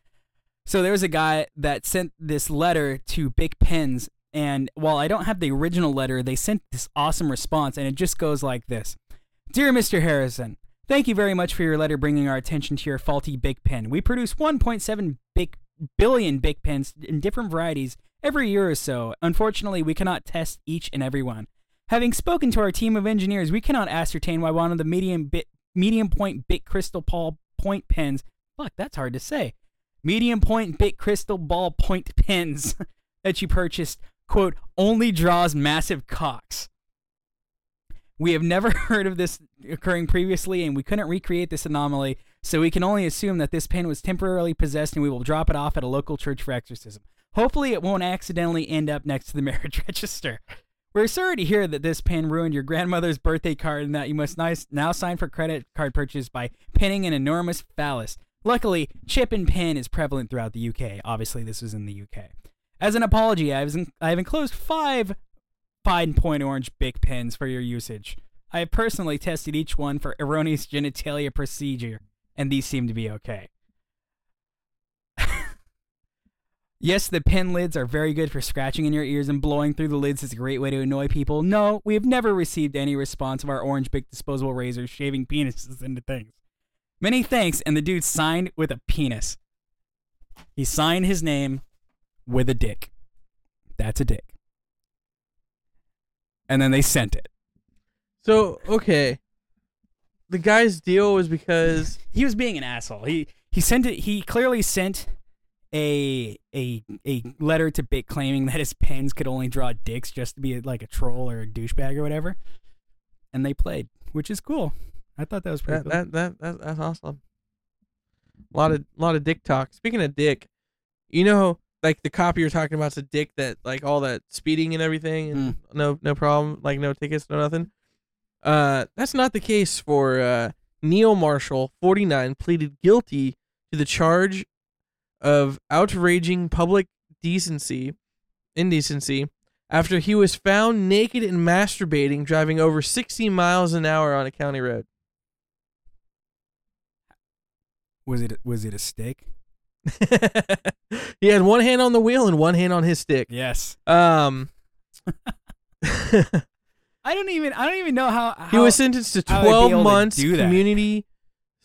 So there was a guy that sent this letter to Big Pens, and while I don't have the original letter, they sent this awesome response, and it just goes like this Dear Mr. Harrison, thank you very much for your letter bringing our attention to your faulty Big Pen. We produce 1.7 big, billion Big Pens in different varieties every year or so. Unfortunately, we cannot test each and every one. Having spoken to our team of engineers, we cannot ascertain why one of the medium bit, medium point bit crystal ball point pens. Fuck, that's hard to say medium point bit crystal ball point pens that you purchased, quote, only draws massive cocks. We have never heard of this occurring previously, and we couldn't recreate this anomaly, so we can only assume that this pen was temporarily possessed, and we will drop it off at a local church for exorcism. Hopefully, it won't accidentally end up next to the marriage register. We're sorry to hear that this pen ruined your grandmother's birthday card and that you must nice, now sign for credit card purchase by pinning an enormous phallus. Luckily, chip and pin is prevalent throughout the UK. Obviously, this was in the UK. As an apology, I've, I've enclosed five fine point orange Bic pens for your usage. I have personally tested each one for erroneous genitalia procedure, and these seem to be okay. Yes, the pen lids are very good for scratching in your ears and blowing through the lids is a great way to annoy people. No, we have never received any response of our orange big disposable razors shaving penises into things. Many thanks, and the dude signed with a penis. He signed his name with a dick. That's a dick. And then they sent it. so okay. The guy's deal was because he was being an asshole. He he sent it. He clearly sent a a a letter to Bick claiming that his pens could only draw dicks just to be like a troll or a douchebag or whatever. And they played, which is cool. I thought that was pretty that, cool. that that that that's awesome. A lot of lot of dick talk. Speaking of dick, you know, like the cop you were talking about's a dick that like all that speeding and everything, Hmm. and no no problem, like no tickets, no nothing. Uh, that's not the case for uh, Neil Marshall, forty nine, pleaded guilty to the charge of outraging public decency, indecency. After he was found naked and masturbating, driving over 60 miles an hour on a county road. was it was it a stick? he had one hand on the wheel and one hand on his stick. Yes. Um, I don't even I don't even know how, how he was sentenced to how would they be 12 able to months do that? community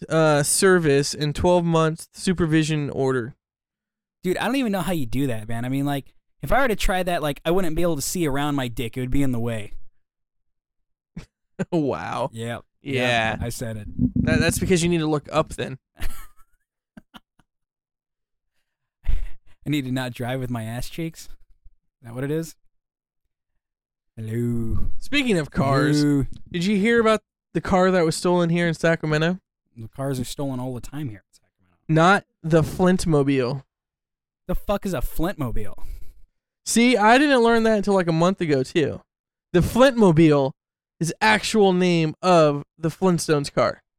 uh, service and 12 months supervision order. dude. I don't even know how you do that, man. I mean, like if I were to try that, like I wouldn't be able to see around my dick. It would be in the way. Oh, wow. Yeah. Yeah. I said it. That, that's because you need to look up then. I need to not drive with my ass cheeks. Is that what it is? Hello. Speaking of cars, Hello. did you hear about the car that was stolen here in Sacramento? The cars are stolen all the time here in Sacramento. Not the Flintmobile. The fuck is a Flintmobile? See, I didn't learn that until like a month ago too. The Flintmobile is actual name of the Flintstones car.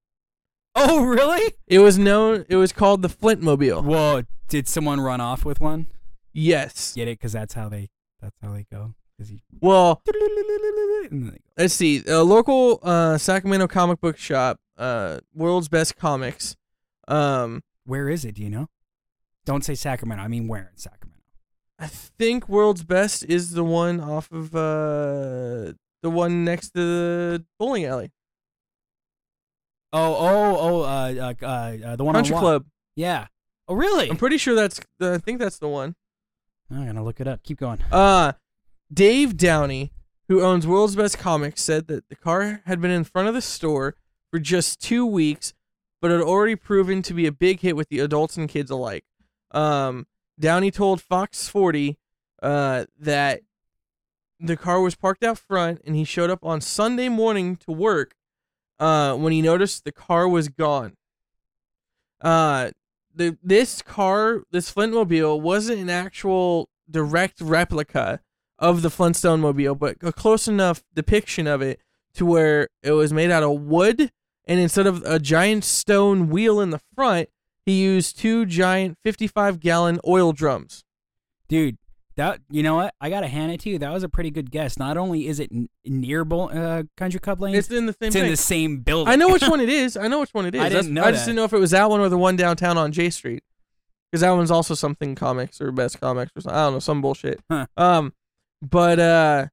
Oh, really? It was known. It was called the Flintmobile. Whoa! Did someone run off with one? Yes. Get it? Because that's how they. That's how they go. 'Cause you- Well, and then they go. let's see. A local uh, Sacramento comic book shop, uh, World's Best Comics. Um, Where is it? Do you know? Don't say Sacramento. I mean, where in Sacramento? I think World's Best is the one off of uh, the one next to the bowling alley, Oh, oh, oh! Uh, uh, uh the one Country on Wa- Club. Yeah. Oh, really? I'm pretty sure that's. The, I think that's the one. I'm gonna look it up. Keep going. Uh, Dave Downey, who owns World's Best Comics, said that the car had been in front of the store for just two weeks, but had already proven to be a big hit with the adults and kids alike. Um, Downey told Fox 40 uh, that the car was parked out front, and he showed up on Sunday morning to work uh, when he noticed the car was gone. Uh, the this car, this Flintmobile, wasn't an actual direct replica of the Flintstone mobile, but a close enough depiction of it to where it was made out of wood, and instead of a giant stone wheel in the front, he used two giant 55 gallon oil drums. dude that you know what i gotta hand it to you that was a pretty good guess not only is it n- near Bull, uh, country club lane It's in the same it's thing. in the same building I know which one it is. I know which one it is. I That's- didn't know I just that. didn't know if it was that one or the one downtown on J Street, because that one's also something comics or best comics or something. I don't know some bullshit. Huh. Um, but uh,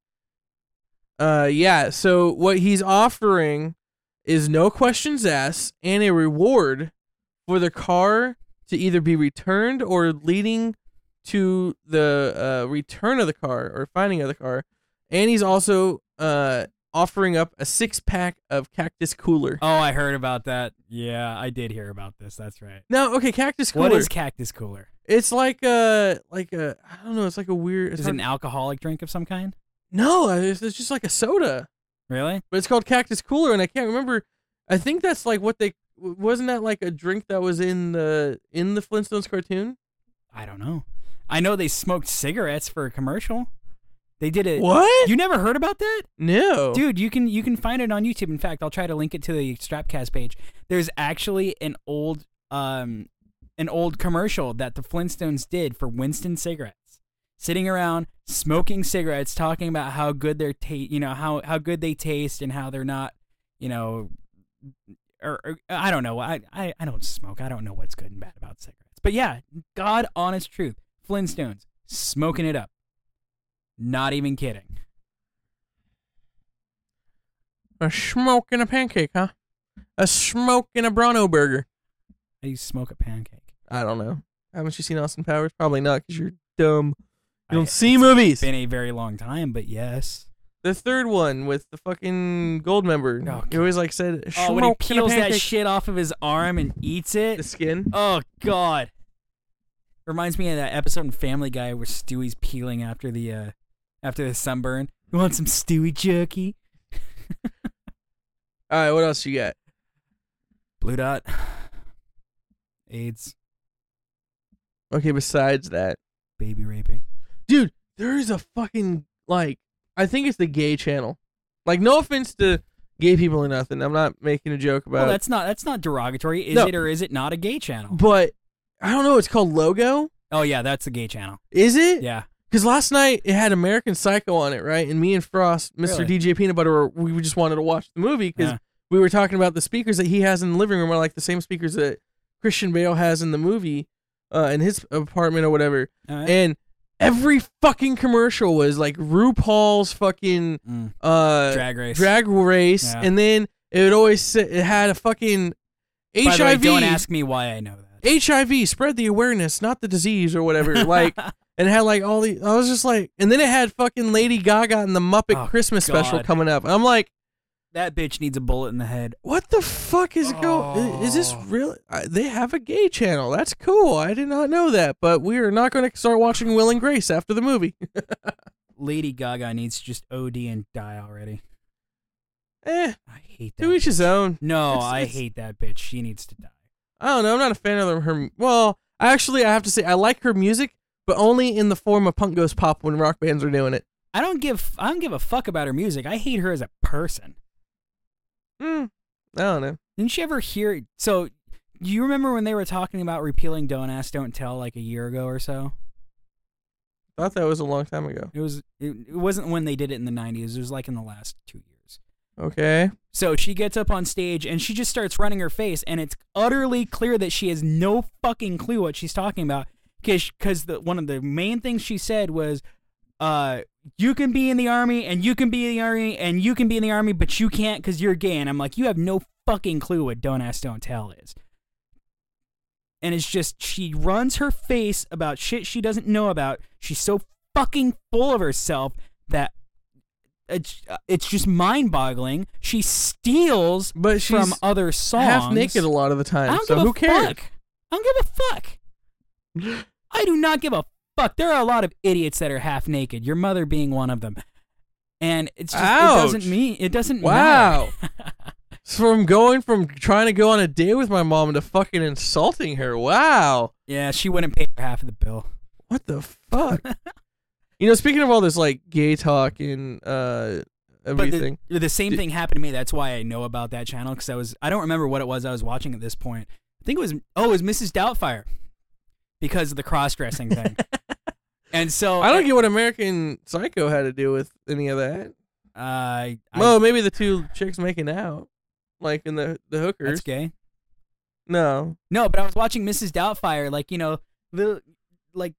uh, yeah. So what he's offering is no questions asked and a reward for the car to either be returned or leading to the uh, return of the car or finding of the car. And he's also uh, offering up a six pack of Cactus Cooler. oh i heard about that yeah i did hear about this that's right No, okay, cactus cooler. what is cactus cooler It's like a like a I don't know. It's like a weird. It's is it hard- an alcoholic drink of some kind no, it's, it's just like a soda, really but it's called cactus cooler, and I can't remember. I think that's like what they w- wasn't that like a drink that was in the in the Flintstones cartoon. i don't know i know they smoked cigarettes for a commercial they did it What? you never heard about that no, Dude, you can you can find it on YouTube. In fact, I'll try to link it to the Strapcast page. There's actually an old um an old commercial that the Flintstones did for Winston cigarettes. Sitting around smoking cigarettes, talking about how good they're ta- you know how how good they taste and how they're not you know or, or I don't know. I, I I don't smoke. I don't know what's good and bad about cigarettes. But yeah, God honest truth, Flintstones smoking it up. Not even kidding. a smoke in a pancake, huh? A smoke in a Brano burger. I used to smoke a pancake. I don't know. Haven't you seen Austin Powers? Probably not, because you're dumb. You I- don't see it's movies. been a very long time, but yes. The third one with the fucking gold member. Oh, He always like said, "Smoke Oh, when he in a peels that pancake." shit off of his arm and eats the it. skin. Oh God. Reminds me of that episode in Family Guy where Stewie's peeling after the uh after the sunburn. You want some Stewie jerky? All right, what else you got? Blue dot. AIDS. Okay, besides that, Baby raping. dude, there is a fucking like I think it's the gay channel. Like, no offense to gay people or nothing. I'm not making a joke Well, about it, that's not that's not derogatory. Is No. it or is it not a gay channel? but I don't know. It's called Logo. Oh yeah, that's a gay channel. Is it? Yeah. Because last night it had American Psycho on it, right? And me and Frost, Mr. Really? DJ Peanut Butter, were, we just wanted to watch the movie because Yeah. we were talking about the speakers that he has in the living room are like the same speakers that Christian Bale has in the movie, uh, in his apartment or whatever. All right. And every fucking commercial was like RuPaul's fucking Mm. uh drag Drag race. race, Yeah. and then it would always say, it had a fucking By the way, HIV. don't ask me why I know that. HIV spread the awareness, not the disease or whatever. Like, and it had like all the. I was just like, and then it had fucking Lady Gaga and the Muppet Oh, Christmas special God. coming up. I'm like, That bitch needs a bullet in the head. what the fuck is going? Is this Oh. real? I, they have a gay channel. That's cool. I did not know that, but we are not going to start watching Will and Grace after the movie. Lady Gaga needs to just OD and die already. Eh, I hate that. to each his own. no, It's- I it's- hate that bitch. She needs to die. I don't know. I'm not a fan of her. Well, actually, I have to say I like her music, but only in the form of punk goes pop when rock bands are doing it. I don't give I don't give a fuck about her music. I hate her as a person. Hmm. I don't know. Didn't you ever hear so do you remember when they were talking about repealing Don't Ask Don't Tell like a year ago or so? Thought that was a long time ago. It was it, it wasn't when they did it in the 90s. It was like in the last 2 years. Okay. So she gets up on stage and she just starts running her face, and it's utterly clear that she has no fucking clue what she's talking about. Because the one of the main things she said was, uh, "You can be in the army, and you can be in the army, and you can be in the army, but you can't because you're gay." And I'm like, "You have no fucking clue what don't ask, don't tell is." And it's just she runs her face about shit she doesn't know about. She's so fucking full of herself that it's, uh, it's just mind boggling. She steals But she's from other songs. half naked a lot of the I time. don't so give a who cares? fuck. I don't give a fuck. I do not give a fuck. There are a lot of idiots that are half naked. Your mother being one of them. And it's just it Ouch. doesn't mean it doesn't Wow. matter. From going from trying to go on a date with my mom to fucking insulting her. Wow. yeah, she wouldn't pay for half of the bill. What the fuck? you know, speaking of all this like gay talk and uh But everything. the, the same Did- thing happened to me. That's why I know about that channel because I was I don't remember what it was I was watching at this point. I think it was oh it was Mrs. Doubtfire because of the cross dressing thing. and so I don't get what American Psycho had to do with any of that. I- I- well, maybe the two chicks making out, like in the the hookers. that's gay. No, No, but I was watching Mrs. Doubtfire, like you know, the like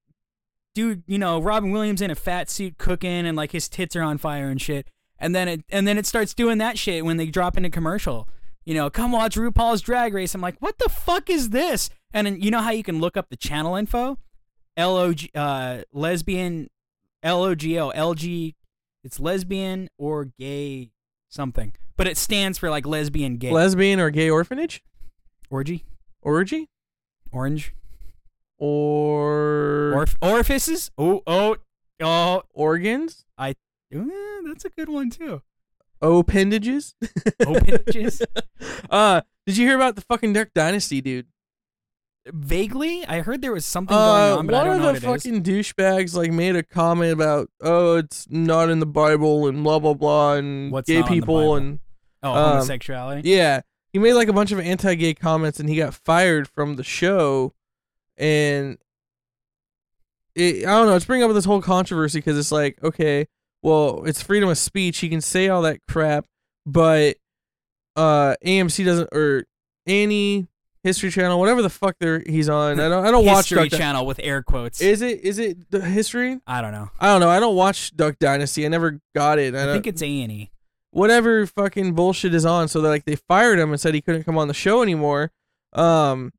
dude, you know, Robin Williams in a fat suit cooking, and like his tits are on fire and shit. And then it and then it starts doing that shit when they drop into commercial. You know, come watch RuPaul's Drag Race. I'm like, what the fuck is this? And then you know how you can look up the channel info, L O G uh, lesbian, L O G O L G, it's lesbian or gay something, but it stands for like lesbian gay lesbian or gay orphanage orgy orgy orange. or, Orf- orifices? Oh, oh, oh. organs, Eh, that's a good one, too. Oh, appendages. Appendages? uh, did you hear about the fucking Duck Dynasty dude? Vaguely, I heard there was something Uh, going on, but I one don't of know the what it is. fucking douchebags like made a comment about, oh, it's not in the Bible and blah blah blah and What's gay not on the Bible? people and Oh, um, homosexuality? Yeah. He made like a bunch of anti gay comments and he got fired from the show. And it, I don't know. It's bringing up this whole controversy because it's like, okay, well, it's freedom of speech. He can say all that crap, but uh, AMC doesn't, or any History Channel, whatever the fuck they're, he's on. I don't, I don't watch History Duck Di- Channel with air quotes. Is it, is it the history? I don't know. I don't know. I don't watch Duck Dynasty. I never got it. I, I don't, think it's E A&E. whatever fucking bullshit is on. So they like they fired him and said he couldn't come on the show anymore. Um,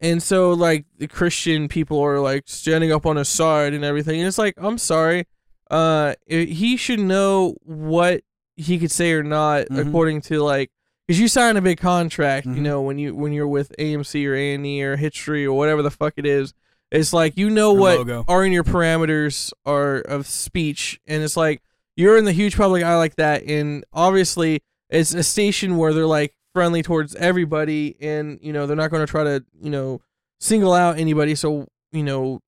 and so like the Christian people are like standing up on his side and everything. And it's like I'm sorry, uh, it- he should know what he could say or not Mhm. according to like because you sign a big contract. Mhm. You know when you when you're with AMC or A and E or History or whatever the fuck it is. It's like you know Or what logo. are in your parameters are of speech, and it's like you're in the huge public eye like that, and obviously it's a station where they're like friendly towards everybody, and you know they're not going to try to you know single out anybody. So you know,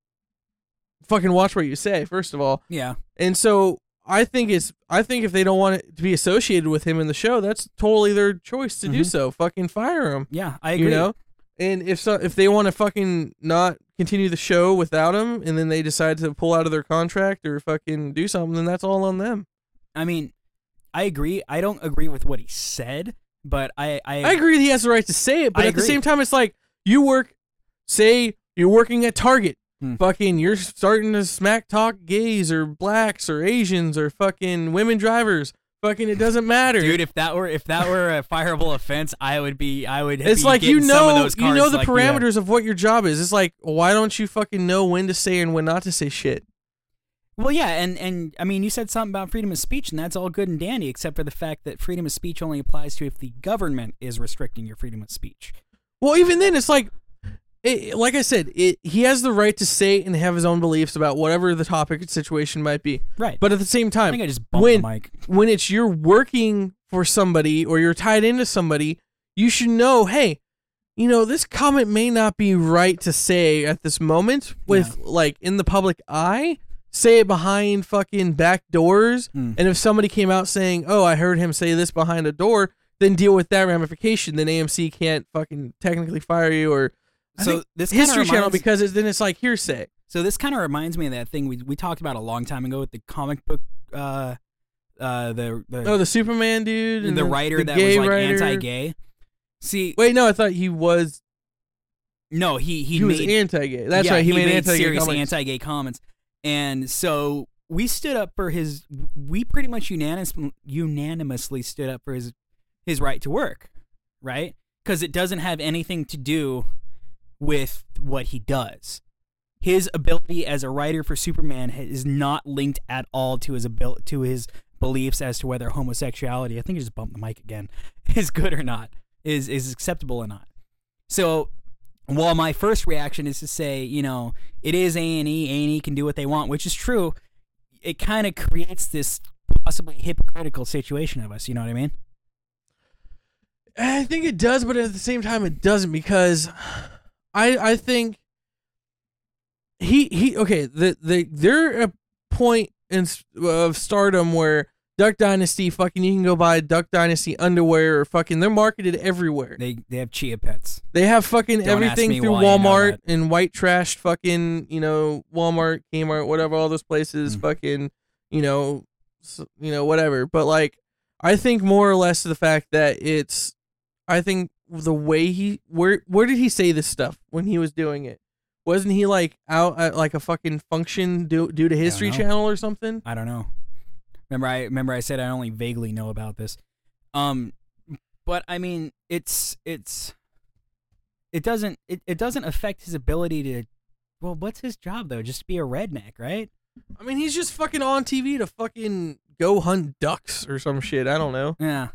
fucking watch what you say first of all, Yeah. and so I think it's I think if they don't want it to be associated with him in the show, that's totally their choice to do Mhm. so. Fucking fire him. Yeah, I agree. You know, and if so, if they want to fucking not continue the show without him, and then they decide to pull out of their contract or fucking do something, then that's all on them. I mean, I agree. I don't agree with what he said, but I... I, I agree that he has the right to say it, but I at the agree. same time, it's like you work, say you're working at Target. Hmm. Fucking, you're starting to smack talk gays or blacks or Asians or fucking women drivers. Fucking, it doesn't matter. Dude, if that were if that were a fireable offense, I would be I would. it's be like you getting some of know those you know cards the like that. parameters of what your job is. It's like why don't you fucking know when to say and when not to say shit? Well, yeah, and and I mean, you said something about freedom of speech, and that's all good and dandy, except for the fact that freedom of speech only applies to if the government is restricting your freedom of speech. Well, even then, it's like it, like I said, it, he has the right to say and have his own beliefs about whatever the topic and situation might be. Right. But at the same I time, think I just bumped when the mic. when it's you're working for somebody or you're tied into somebody, you should know, hey, you know, this comment may not be right to say at this moment with like in the public eye. Say it behind fucking back doors. Hmm. And if somebody came out saying, Oh, I heard him say this behind a door, then deal with that ramification. Then AMC can't fucking technically fire you or I So think this kinda History Channel reminds- because it's, then it's like hearsay. So this kind of reminds me of that thing we we talked about a long time ago with the comic book, uh, uh, the the, Oh, the Superman dude. the, And writer the that gay was like writer. anti-gay. See, Wait, no, I thought he was no, he he, he, was made anti-gay. That's yeah, right. He, made, anti-gay serious comments. anti-gay comments, and so we stood up for his. We pretty much unanimous, unanimously stood up for his his right to work, right? Because it doesn't have anything to do with what he does. His ability as a writer for Superman ha- is not linked at all to his abil- to his beliefs as to whether homosexuality. I think I just bumped the mic again. Is good or not? Is is acceptable or not? So while my first reaction is to say, you know, it is A and E, A and E can do what they want, which is true, it kind of creates this possibly hypocritical situation of us. You know what I mean? I think it does, but at the same time, it doesn't because I I think he he okay the the they're a point in s- of stardom where Duck Dynasty fucking you can go buy Duck Dynasty underwear or fucking they're marketed everywhere. They they have chia pets. They have fucking Don't ask everything me through why you know Walmart that. and white trash fucking, you know, Walmart, Kmart, whatever, all those places, Mm. fucking, you know, s- you know, whatever. But like, I think more or less to the fact that it's, I think the way he, where, where did he say this stuff when he was doing it? Wasn't he like out at like a fucking function due, due to History know. Channel or something? I don't know. Remember I remember I said I only vaguely know about this. Um but I mean it's it's it doesn't it, it doesn't affect his ability to well, what's his job though? Just to be a redneck, right? I mean, he's just fucking on TV to fucking go hunt ducks or some shit. I don't know. Yeah.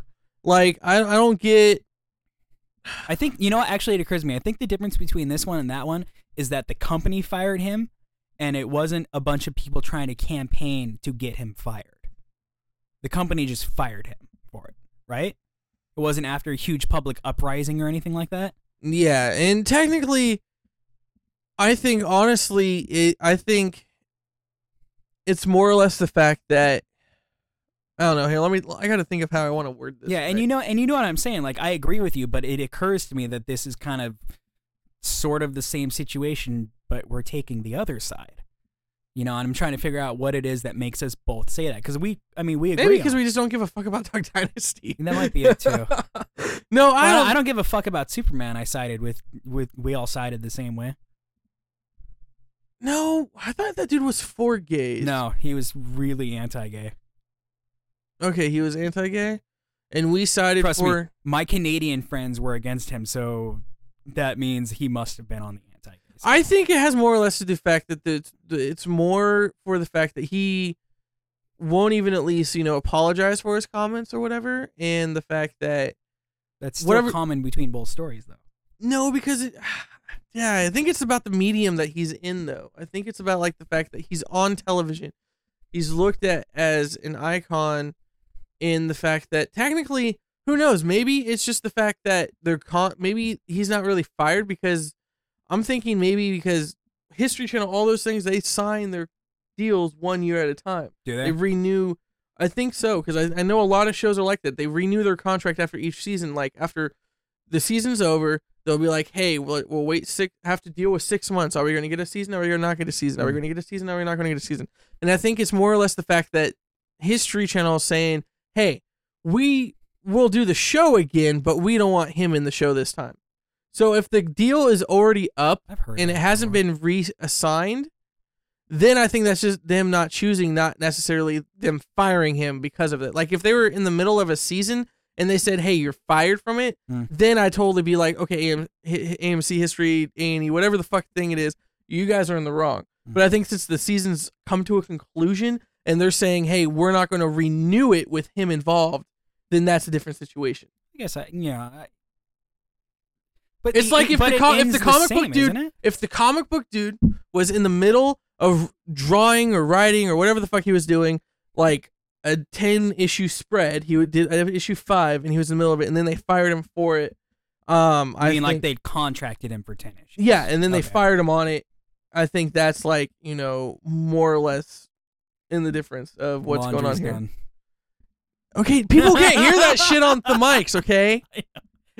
Like, I, I don't get. I think you know what actually it occurs to me. I think the difference between this one and that one is that the company fired him and it wasn't a bunch of people trying to campaign to get him fired. The company just fired him for it, right? It wasn't after a huge public uprising or anything like that. Yeah, and technically, I think honestly, it, I think it's more or less the fact that I don't know. Here, let me. I got to think of how I want to word this. yeah, and right? you know and you know what I'm saying? Like I agree with you, but it occurs to me that this is kind of sort of the same situation, but we're taking the other side. You know, and I'm trying to figure out what it is that makes us both say that cuz we I mean, we agree maybe on because we just don't give a fuck about Dog Dynasty. That might be it, too. no, I I don't. don't, I don't give a fuck about Superman. I sided with with we all sided the same way. No, I thought that dude was for gays. No, he was really anti-gay. Okay, he was anti-gay, and we sided Trust for. me, my Canadian friends were against him, so that means he must have been on the anti-gay. side. I think it has more or less to do with the fact that the, the, it's more for the fact that he won't even at least you know apologize for his comments or whatever, and the fact that That's still whatever- common between both stories, though. no, because it, yeah, I think it's about the medium that he's in though. I think it's about like the fact that he's on television, he's looked at as an icon, in the fact that technically, who knows? Maybe it's just the fact that they're con. Maybe he's not really fired because I'm thinking maybe because History Channel, all those things, they sign their deals one year at a time. Do They they? renew. I think so because I, I know a lot of shows are like that. They renew their contract after each season. Like after the season's over, they'll be like, "Hey, we'll, we'll wait six. Have to deal with six months. Are we going to get a season? Are we going to not get a season? Are we Mm. going to get a season? Are we not going to get a season?" And I think it's more or less the fact that History Channel is saying, "Hey, we will do the show again, but we don't want him in the show this time." So if the deal is already up, I've heard. and that it hasn't before. been reassigned, then I think that's just them not choosing, not necessarily them firing him because of it. Like if they were in the middle of a season and they said, "Hey, you're fired from it," Mm. then I totally be like, "Okay, AM, H- AMC history, A and E, whatever the fuck thing it is, you guys are in the wrong." Hmm. But I think since the season's come to a conclusion and they're saying, "Hey, we're not going to renew it with him involved," then that's a different situation. I guess I yeah. I, But It's the- like if but the it com- if ends the comic same, book dude isn't it? if the comic book dude was in the middle of drawing or writing or whatever the fuck he was doing, like a ten issue spread, he would did uh, issue five and he was in the middle of it, and then they fired him for it. Um, I I mean, think- like they contracted him for ten issues. yeah, and then they Okay. fired him on it. I think that's like you know more or less in the difference of what's going on Laundry's here. done. Okay, people can't hear that shit on the mics. Okay,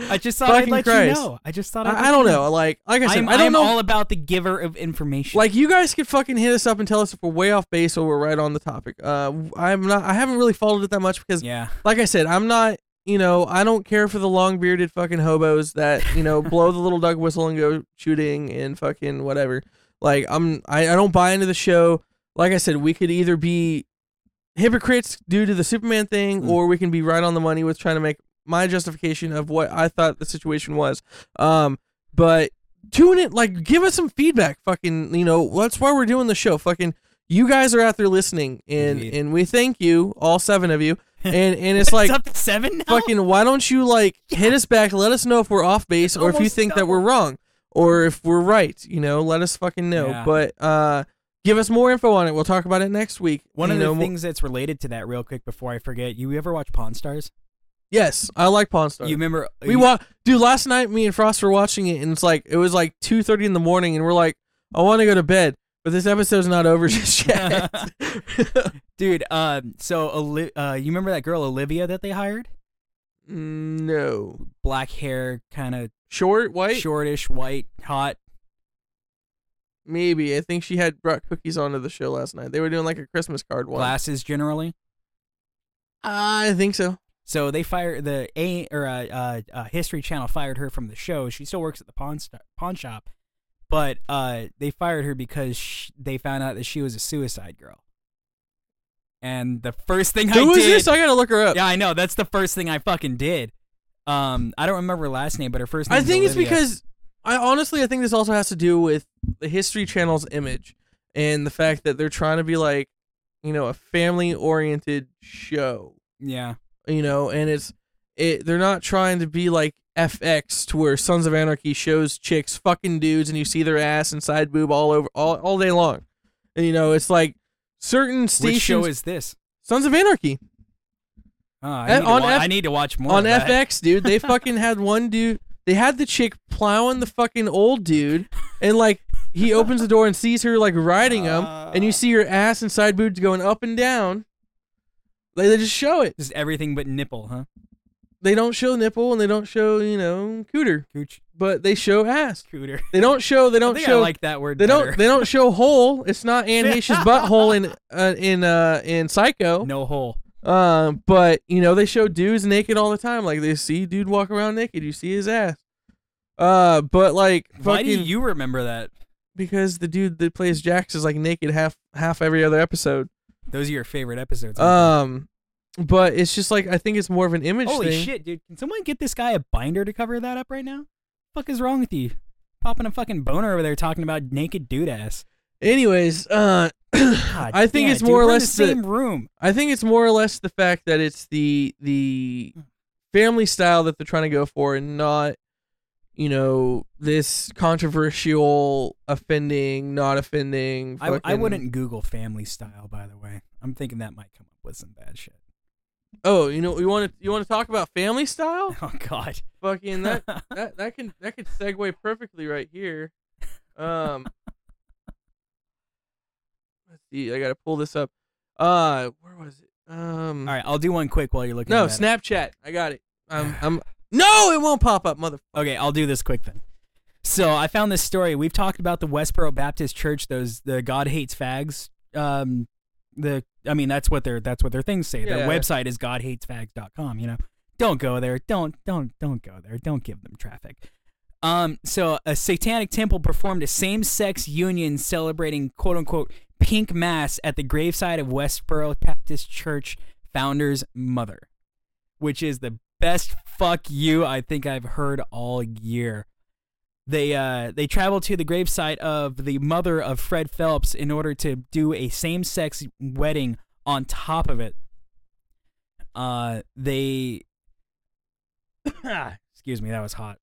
I just thought I'd Fucking let Christ. you know. I just thought I'd let I, I don't you know. Like like I said, I'm, I don't I'm know. all about the giver of information. Like you guys could fucking hit us up and tell us if we're way off base or we're right on the topic. Uh, I'm not. I haven't really followed it that much because, yeah, like I said, I'm not. You know, I don't care for the long bearded fucking hobos that you know blow the little dog whistle and go shooting and fucking whatever. Like I'm. I, I don't buy into the show. Like I said, we could either be hypocrites due to the Superman thing, Mm. or we can be right on the money with trying to make my justification of what I thought the situation was. Um, but tune it like give us some feedback fucking you know that's why we're doing the show fucking you guys are out there listening and Indeed. and we thank you all seven of you and and it's like it's up to seven now. fucking why don't you like hit us back let us know if we're off base or if you almost think that we're wrong or if we're right you know let us fucking know Yeah. but uh give us more info on it we'll talk about it next week One you of the know, mo- things that's related to that, real quick, before I forget, you ever watch Pawn Stars? yes i like pawn stars You remember we you- wa- dude last night me and frost were watching it and it's like it was like 2.30 in the morning and we're like i want to go to bed but this episode's not over just yet dude. Um, so Oli- uh, you remember that girl Olivia that they hired? no Black hair, kind of short white shortish, white, hot. maybe i think she had brought cookies onto the show last night they were doing like a christmas card one glasses generally. i think so So they fired the a or uh, uh, uh, History Channel fired her from the show. She still works at the pawn st- pawn shop, but uh, they fired her because sh- they found out that she was a suicide girl. And the first thing I who is did, this i gotta look her up yeah, I know that's the first thing I fucking did. Um, I don't remember her last name, but her first name. i think it's Olivia. because i honestly i think this also has to do with the history channel's image and the fact that they're trying to be like you know a family oriented show yeah, you know, and it's it they're not trying to be like FX to where Sons of Anarchy shows chicks fucking dudes and you see their ass and side boob all over all, all day long. And you know, it's like certain which stations show is this? Sons of Anarchy Oh, I, Eh, need to on wa- F- I need to watch more on of that. FX, dude. They fucking had one dude they had the chick plowing the fucking old dude and like he opens the door and sees her like riding him and you see her ass and side boobs going up and down. Like they just show it. Just everything but nipple, huh? They don't show nipple and they don't show, you know, cooter. Cooch, but they show ass. cooter. They don't show. They I don't think show. I like that word. they better. don't. They don't show hole. It's not Anne Heche's butthole in uh, in uh, in Psycho. no hole. Um, but you know they show dudes naked all the time. Like they see dude walk around naked. You see his ass. Uh, but like fucking Why do you remember that? because the dude that plays Jax is like naked half half every other episode. Those are your favorite episodes. aren't Um, but it's just like I think it's more of an they? image Holy thing. shit, dude! Can someone get this guy a binder to cover that up right now? Fuck is wrong with you? Popping a fucking boner over there talking about naked dude ass. Anyways, uh, God I think damn, it's dude, more or we're less in the- the same room. I think it's more or less the fact that it's the the Hmm. family style that they're trying to go for, and not you know this controversial, offending, not offending. I, I fucking- wouldn't Google family style, by the way. I'm thinking that might come up with some bad shit. Oh, you know you want to you want to talk about family style? Oh God. Fucking that that that can that could segue perfectly right here. Um, let's see. I gotta pull this up. Uh, where was it? Um, All right, I'll do one quick while you're looking. no that up. Snapchat. I got it. I'm I'm. No, it won't pop up, mother. Okay, I'll do this quick then. So I found this story. We've talked about the Westboro Baptist Church. Those the God hates fags. Um, the I mean that's what their that's what their things say. Yeah. Their website is godhatesfags.com. You know, don't go there. Don't don't don't go there. Don't give them traffic. Um, so a satanic temple performed a same-sex union celebrating quote unquote pink mass at the graveside of Westboro Baptist Church founder's mother which is the best fuck you I think I've heard all year. They uh, they traveled to the gravesite of the mother of Fred Phelps in order to do a same-sex wedding on top of it. Uh, they excuse me, that was hot.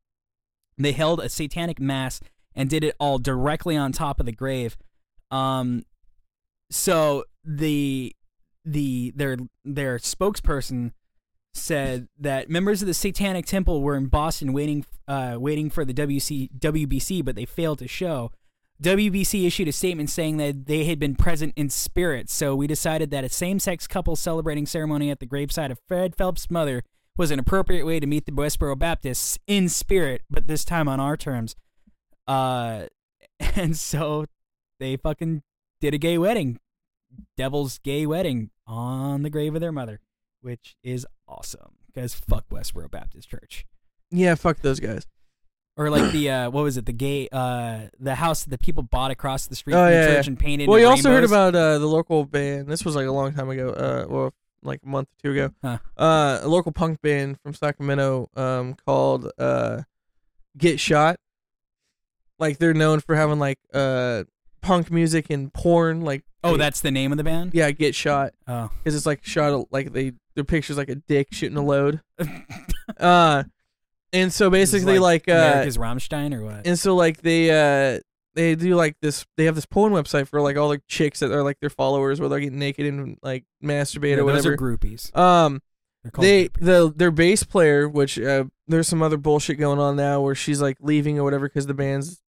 And they held a satanic mass and did it all directly on top of the grave. Um, so the the their their spokesperson said that members of the Satanic Temple were in Boston waiting uh, waiting for the WC, WBC, but they failed to show. WBC issued a statement saying that they had been present in spirit, so we decided that a same sex couple celebrating ceremony at the graveside of Fred Phelps' mother was an appropriate way to meet the Westboro Baptists in spirit, but this time on our terms. Uh, and so they fucking did a gay wedding, devil's gay wedding on the grave of their mother, which is awesome because fuck Westboro Baptist Church Yeah, fuck those guys. or like the uh, what was it the gay uh, the house that the people bought across the street Oh, from yeah, the church yeah. and painted. well, in you also heard rainbows. about uh, the local band. This was like a long time ago, uh, well, like a month or two ago. Huh. Uh, a local punk band from Sacramento um, called uh, Get Shot. Like they're known for having like uh, punk music and porn. Like oh, that's the name of the band. yeah, Get Shot Oh, because it's like shot of- like they their pictures like a dick shooting a load. uh, and so This is basically like, uh, America's Rammstein or what? and so like they uh they do like this they have this porn website for like all the chicks that are like their followers where they'll get naked and like masturbate Yeah, or those whatever are groupies. um They're called they groupies. the their bass player which uh there's some other bullshit going on now where she's like leaving or whatever because the band's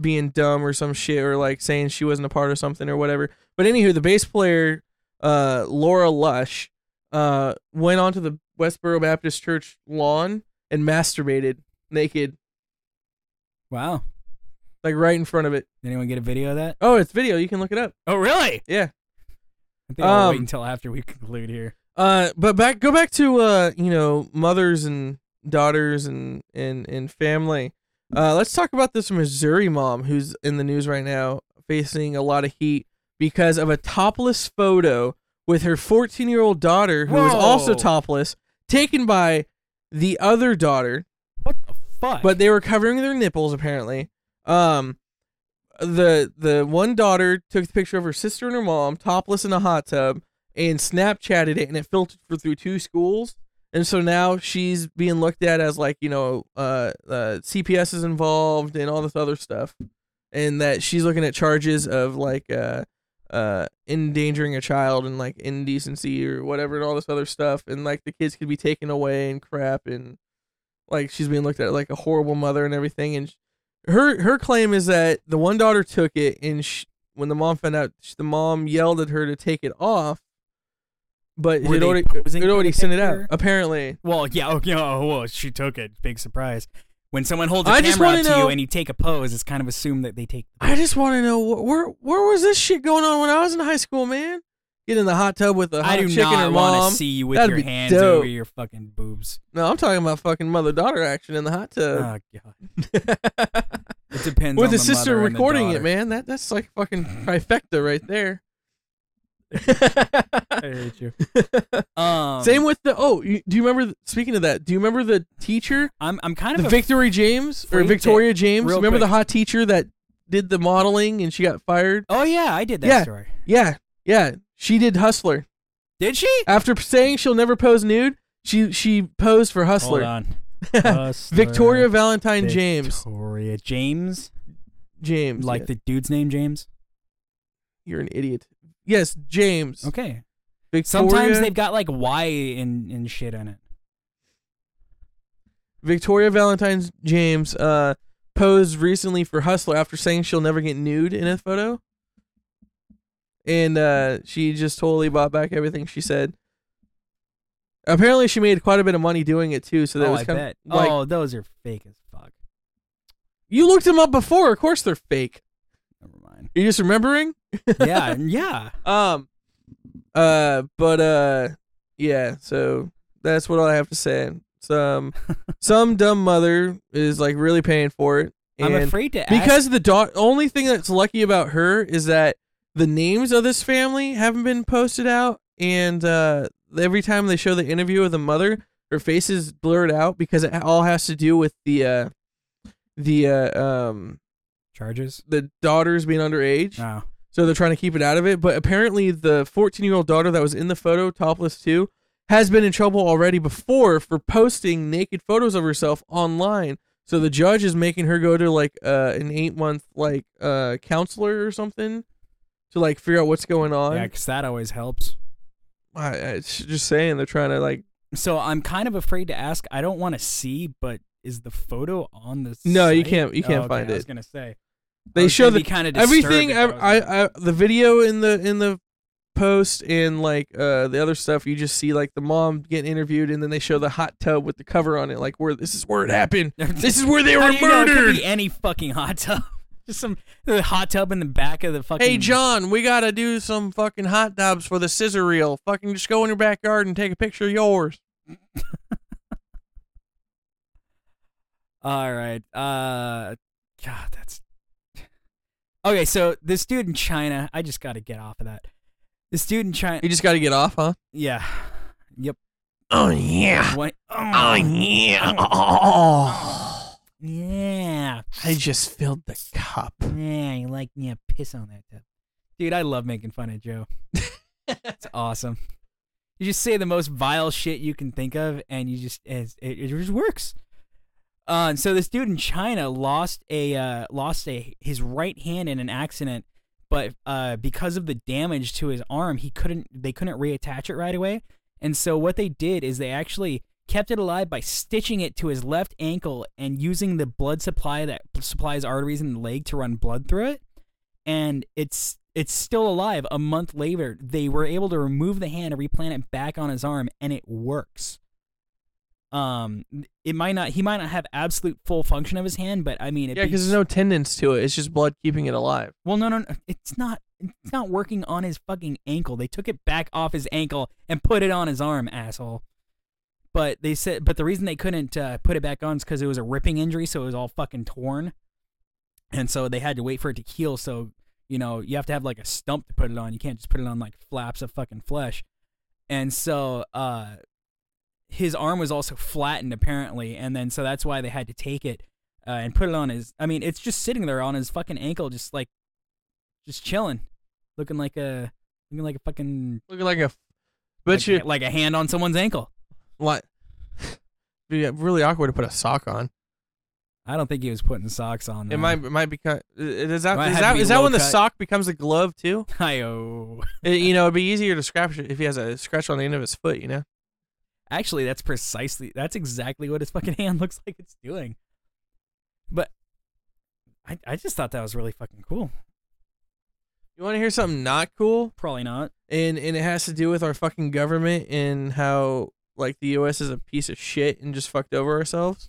being dumb or some shit or like saying she wasn't a part of something or whatever but anywho the bass player uh laura lush uh went onto the westboro baptist church lawn and masturbated naked wow. like right in front of it Did anyone get a video of that? Oh, it's video. You can look it up. Oh, really? Yeah. I think I'll wait Um, until after we conclude here. Uh, but back, go back to uh, you know, mothers and daughters and and and family. Uh, let's talk about this Missouri mom who's in the news right now, facing a lot of heat because of a topless photo with her 14 year old daughter, who was also Whoa. topless, taken by the other daughter. What the fuck? but they were covering their nipples apparently. Um, the the one daughter took the picture of her sister and her mom topless in a hot tub and Snapchatted it, and it filtered for, through two schools, and so now she's being looked at as like you know, uh, uh, CPS is involved and all this other stuff, and that she's looking at charges of like uh, uh, endangering a child and like indecency or whatever and all this other stuff, and like the kids could be taken away and crap and like she's being looked at like a horrible mother and everything and sh- her her claim is that the one daughter took it and sh when the mom found out sh the mom yelled at her to take it off but Were it they already posing it for already the sent it out picture? apparently Well, yeah, okay, oh, whoa, she took it. Big surprise. When someone holds a I camera just up wanna to you know- and you take a pose, it's kind of assumed that they take. i just want to know wh- where where was this shit going on when i was in high school man get in the hot tub with a hot I do chick and her not want mom to see you with That'd your be hands dope. over your fucking boobs. no i'm talking about fucking mother daughter action in the hot tub oh god, it depends. Uh, with on the, the sister mother and the recording it daughter. man that that's like fucking trifecta right there I hate you. Um, Same with the oh, you, do you remember? Speaking of that, do you remember the teacher, I'm I'm kind of the a- Victory James or freaked it. Victoria James? Real remember the quick. hot teacher that did the modeling and she got fired? oh yeah, I did that Yeah. story. Yeah, yeah, she did Hustler. Did she? After saying she'll never pose nude, she she posed for Hold Hustler. on. Hustler. Victoria Valentine James. Victoria James, James, like yeah. the dude's name James. you're an idiot. Yes, James. Okay. Victoria, Sometimes they've got like Y and and shit on it. Victoria Valentine James uh posed recently for Hustler after saying she'll never get nude in a photo. And uh she just totally bought back everything she said. Apparently she made quite a bit of money doing it too, so that oh, was I kind bet. of like oh, those are fake as fuck. you looked them up before, of course they're fake. Never mind. You're just remembering? Yeah, yeah. Um uh but uh yeah, so that's what I have to say. Some some dumb mother is like really paying for it. I'm and- afraid to ask. because the daughter only thing that's lucky about her is that the names of this family haven't been posted out and uh, every time they show the interview of the mother her face is blurred out because it all has to do with the uh, the uh, um charges. the daughters being underage Oh. so they're trying to keep it out of it but apparently the 14 year old daughter that was in the photo topless too has been in trouble already before for posting naked photos of herself online So the judge is making her go to like uh, an eight month like uh, counselor or something to like figure out what's going on. Yeah, because that always helps. I, I, it's just saying they're trying to Oh, like So I'm kind of afraid to ask. I don't want to see, but is the photo on the? No, you site? can't- you Oh, can't okay, find I was it. gonna say I they was show gonna the be kind of everything I, I, I the video in the in the post and like uh the other stuff you just see like the mom getting interviewed and then they show the hot tub with the cover on it like where this is where it happened this is where they were How do you know? It could murdered be any fucking hot tub. Just some the hot tub in the back of the fucking. hey john we gotta do some fucking hot tubs for the scissor reel fucking just go in your backyard and take a picture of yours All right. Uh, God, that's okay. So this dude in China, I just got to get off of that. This dude in China, you just gotta get off huh yeah, yep. oh yeah What? Oh, yeah oh. yeah, i just filled the cup yeah. You like yeah? Piss on that tub, dude. I love making fun of Joe. It's awesome. You just say the most vile shit you can think of, and you just it's- it, it just works. Uh, and so this dude in China lost a uh, lost a his right hand in an accident, but uh, because of the damage to his arm, he couldn't they couldn't reattach it right away. And so what they did is they actually kept it alive by stitching it to his left ankle and using the blood supply that supplies arteries in the leg to run blood through it and it's it's still alive a month later they were able to remove the hand and replant it back on his arm and it works um it might not he might not have absolute full function of his hand but i mean it yeah because there's no tendons to it it's just blood keeping it alive well no no no it's not it's not working on his fucking ankle they took it back off his ankle and put it on his arm asshole but they said but the reason they couldn't uh, put it back on is because it was a ripping injury so it was all fucking torn and so they had to wait for it to heal so you know you have to have like a stump to put it on you can't just put it on like flaps of fucking flesh and so uh his arm was also flattened apparently and then so that's why they had to take it uh, and put it on his i mean it's just sitting there on his fucking ankle just like just chilling looking like a looking like a fucking looking like a bet like, you like a hand on someone's ankle What? Be really awkward to put a sock on. i don't think he was putting socks on It there. might it might become is that Might have is to that be is that when the low-cut. sock becomes a glove too? Hi-oh. It- you know, it'd be easier to scratch it if he has a scratch on the end of his foot. You know, Actually, that's precisely that's exactly what his fucking hand looks like it's doing. But I I just thought that was really fucking cool. you want to hear something not cool, Probably not. and and it has to do with our fucking government and how like the U.S. is a piece of shit and just fucked over ourselves.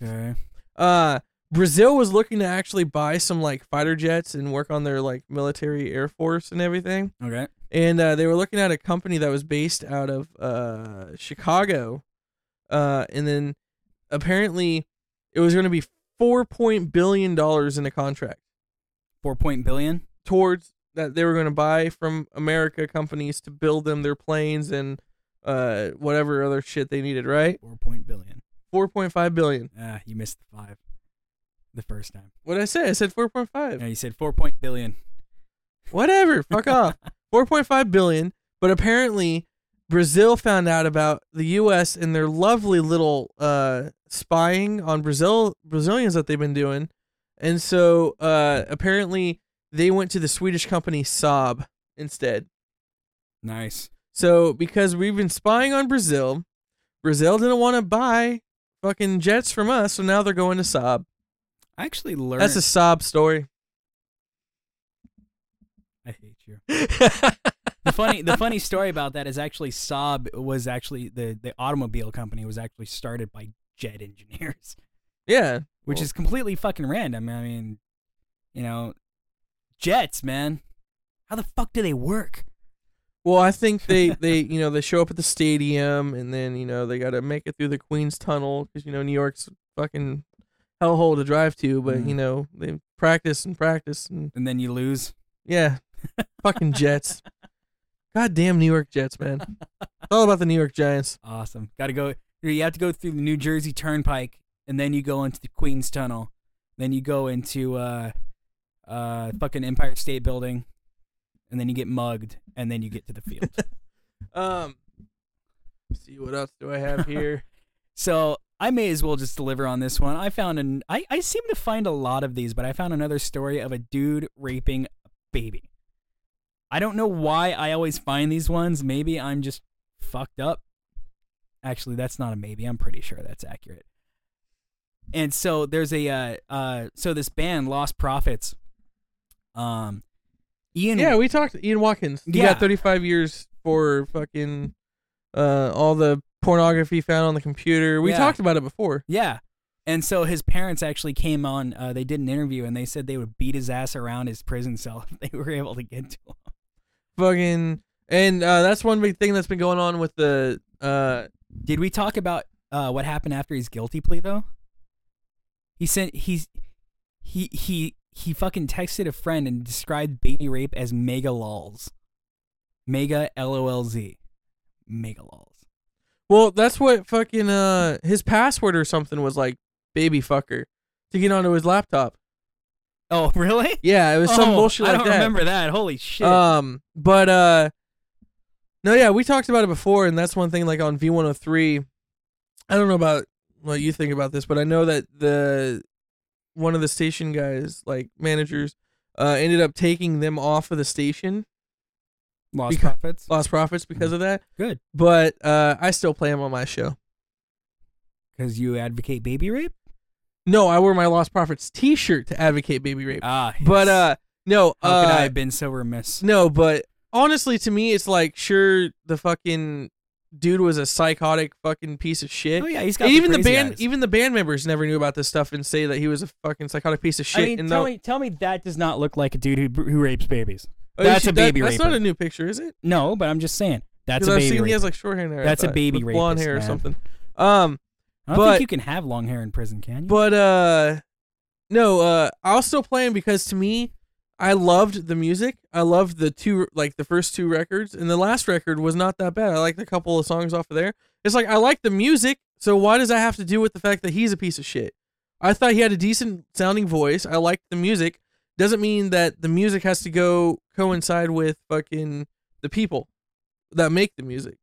Okay. Uh, Brazil was looking to actually buy some like fighter jets and work on their like military air force and everything. Okay. and uh, they were looking at a company that was based out of uh, Chicago, uh, and then apparently it was going to be four point billion dollars in a contract Four point billion. towards that they were going to buy from America companies to build them their planes and uh, whatever other shit they needed. Right, Four point billion. four point five billion. Ah, you missed the five. The first time. What What I say? I said four point No, five. you said four point billion. Whatever. Fuck off. 4.5 billion, but apparently Brazil found out about the US and their lovely little uh spying on Brazil Brazilians that they've been doing. And so uh apparently they went to the Swedish company Saab instead. Nice. So because we've been spying on Brazil, Brazil didn't want to buy fucking jets from us, so now they're going to Saab. I actually learned. That's a Saab story. I hate you. the funny the funny story about that is actually Saab was actually the the automobile company was actually started by jet engineers. yeah. which Well- is completely fucking random. I mean, you know, jets, man. How the fuck do they work? Well, I think they they you know they show up at the stadium and then you know they got to make it through the Queens Tunnel because you know New York's a fucking hellhole to drive to, but you Mm. know they practice and practice and And then you lose. yeah, fucking Jets, goddamn New York Jets, man. It's all about the New York Giants. Awesome. Got to go. You have to go through the New Jersey Turnpike, and then you go into the Queens Tunnel. Then you go into uh, uh, fucking Empire State Building, and then you get mugged, and then you get to the field. Um, let's see what else do I have here? so I may as well just deliver on this one. I found an I, I seem to find a lot of these, but I found another story of a dude raping a baby. I don't know why I always find these ones. Maybe I'm just fucked up. Actually, that's not a maybe. I'm pretty sure that's accurate. And so there's a uh, uh so this band Lost Profits. Um Ian Yeah, we talked Ian Watkins. He Yeah. got 35 years for fucking uh, all the pornography found on the computer. We Yeah. talked about it before. Yeah. And so his parents actually came on. Uh, they did an interview, and they said they would beat his ass around his prison cell if they were able to get to him. Fucking and uh, that's one big thing that's been going on with the uh Did we talk about uh, what happened after his guilty plea though? He sent he's he he he fucking texted a friend and described baby rape as mega lols, mega l o l z, mega lols. well, that's what fucking uh his password or something was like baby fucker to get onto his laptop. Oh really? Yeah, it was some Oh, bullshit I like don't that. remember that. Holy shit! Um, but uh, no, yeah, we talked about it before, and that's one thing. Like on V one hundred three, I don't know about what you think about this, but I know that the one of the station guys, like managers, uh, ended up taking them off of the station, Lost because- profits. lost profits because of that. Good, But uh, I still play them on my show. because you advocate baby rape. No, I wore my lost profits T shirt to advocate baby rape. Ah, But yes. uh, no, how uh, could I have been so remiss? No, but honestly, to me, it's like sure the fucking dude was a psychotic fucking piece of shit. Oh yeah, he's got And even the crazy band, eyes. even the band members never knew about this stuff and say that he was a fucking psychotic piece of shit. I mean, and tell no- me, tell me that does not look like a dude who who rapes babies. Oh, you that's should- a baby that, That's raper. not a new picture, is it? No, but I'm just saying that's Because a I've baby. seen he rape. has like short hair. Now, I That's a thought, baby with blonde rapist, hair or man. something. Um, I don't but- think you can have long hair in prison, can you? But uh no, uh I'll still play them because to me I loved the music. I loved the two like the first two records and the last record was not that bad. I liked a couple of songs off of there. It's like I like the music, so why does that have to do with the fact that he's a piece of shit? I thought he had a decent sounding voice. I liked the music. Doesn't mean that the music has to go coincide with fucking the people that make the music.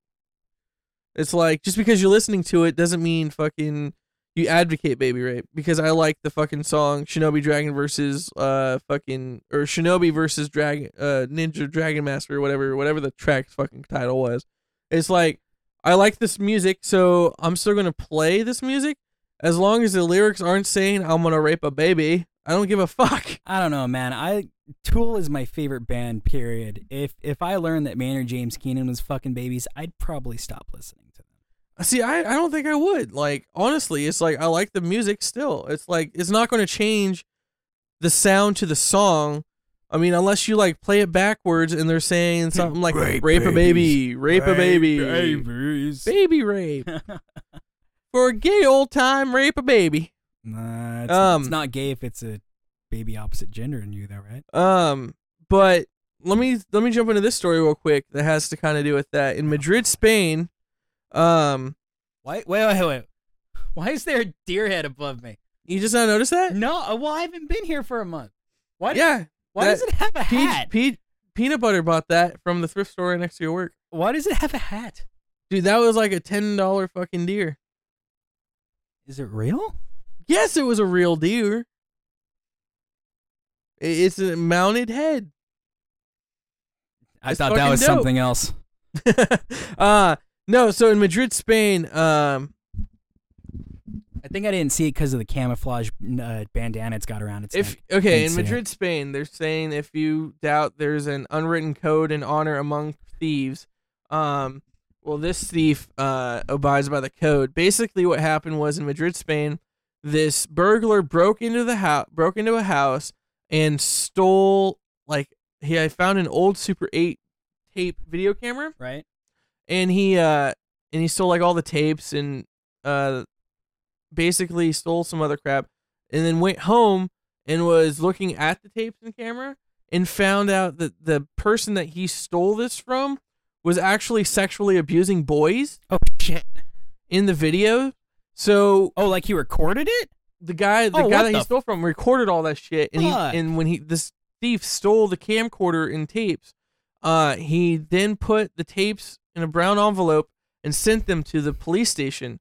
It's like just because you're listening to it doesn't mean fucking you advocate baby rape because I like the fucking song Shinobi Dragon versus uh fucking or Shinobi versus Dragon uh Ninja Dragon Master or whatever whatever the track's fucking title was. It's like I like this music, so I'm still gonna play this music as long as the lyrics aren't saying I'm gonna rape a baby. I don't give a fuck. I don't know, man. I Tool is my favorite band. Period. If if I learned that Maynard James Keenan was fucking babies, I'd probably stop listening to them. See, I, I don't think I would. Like, honestly, it's like I like the music still. It's like it's not going to change the sound to the song. I mean, unless you like play it backwards and they're saying something like rape, Rape a baby, rape a baby, Babies. baby rape for a gay old time, rape a baby. nah, it's, Um, it's not gay if it's a baby opposite gender in you, though, right? Um, but let me let me jump into this story real quick that has to kind of do with that in Madrid, Spain. Um, Why? Wait, wait, wait. Why is there a deer head above me? you just not notice that? No, uh, well, I haven't been here for a month. Why? Yeah, why that- does it have a Peach, hat? Peach, peanut butter bought that from the thrift store right next to your work. why does it have a hat? Dude, that was like a ten dollar fucking deer. Is it real? Yes, it was a real deer. I- It's a mounted head. I It's thought that fucking was dope. something else. uh no, so in Madrid, Spain, um I think I didn't see it because of the camouflage uh, bandana it's got around its if neck. okay, Didn't in see it. Madrid, Spain, they're saying if you doubt there's an unwritten code and honor among thieves, um well this thief uh abides by the code. Basically what happened was in Madrid, Spain, this burglar broke into the house broke into a house and stole like he I found an old Super 8 tape video camera Right? and he uh and he stole like all the tapes and uh basically stole some other crap and then went home and was looking at the tapes and camera and found out that the person that he stole this from was actually sexually abusing boys Oh shit! in the video so Oh, like he recorded it? the guy the Oh, guy what that he the stole from recorded all that shit and he Fuck. and when he this thief stole the camcorder and tapes uh he then put the tapes in a brown envelope and sent them to the police station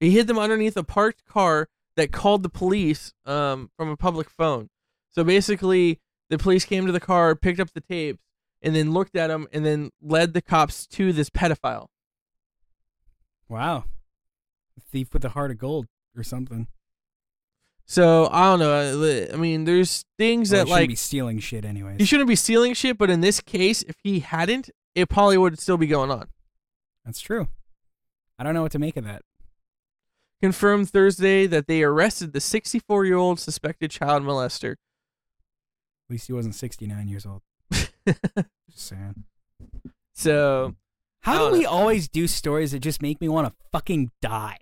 He hid them underneath a parked car that called the police um, from a public phone. So basically, the police came to the car, picked up the tapes, and then looked at them, and then led the cops to this pedophile. Wow. Thief with a heart of gold or something. So I don't know. I- I mean, there's things Well, that he shouldn't like be stealing shit anyways. he shouldn't be stealing shit, but in this case, if he hadn't, it probably would still be going on. That's true. I don't know what to make of that. Confirmed Thursday that they arrested the 64 year old suspected child molester. At least he wasn't 69 years old. Just saying. so I How don't do we know. always do stories that just make me want to fucking die?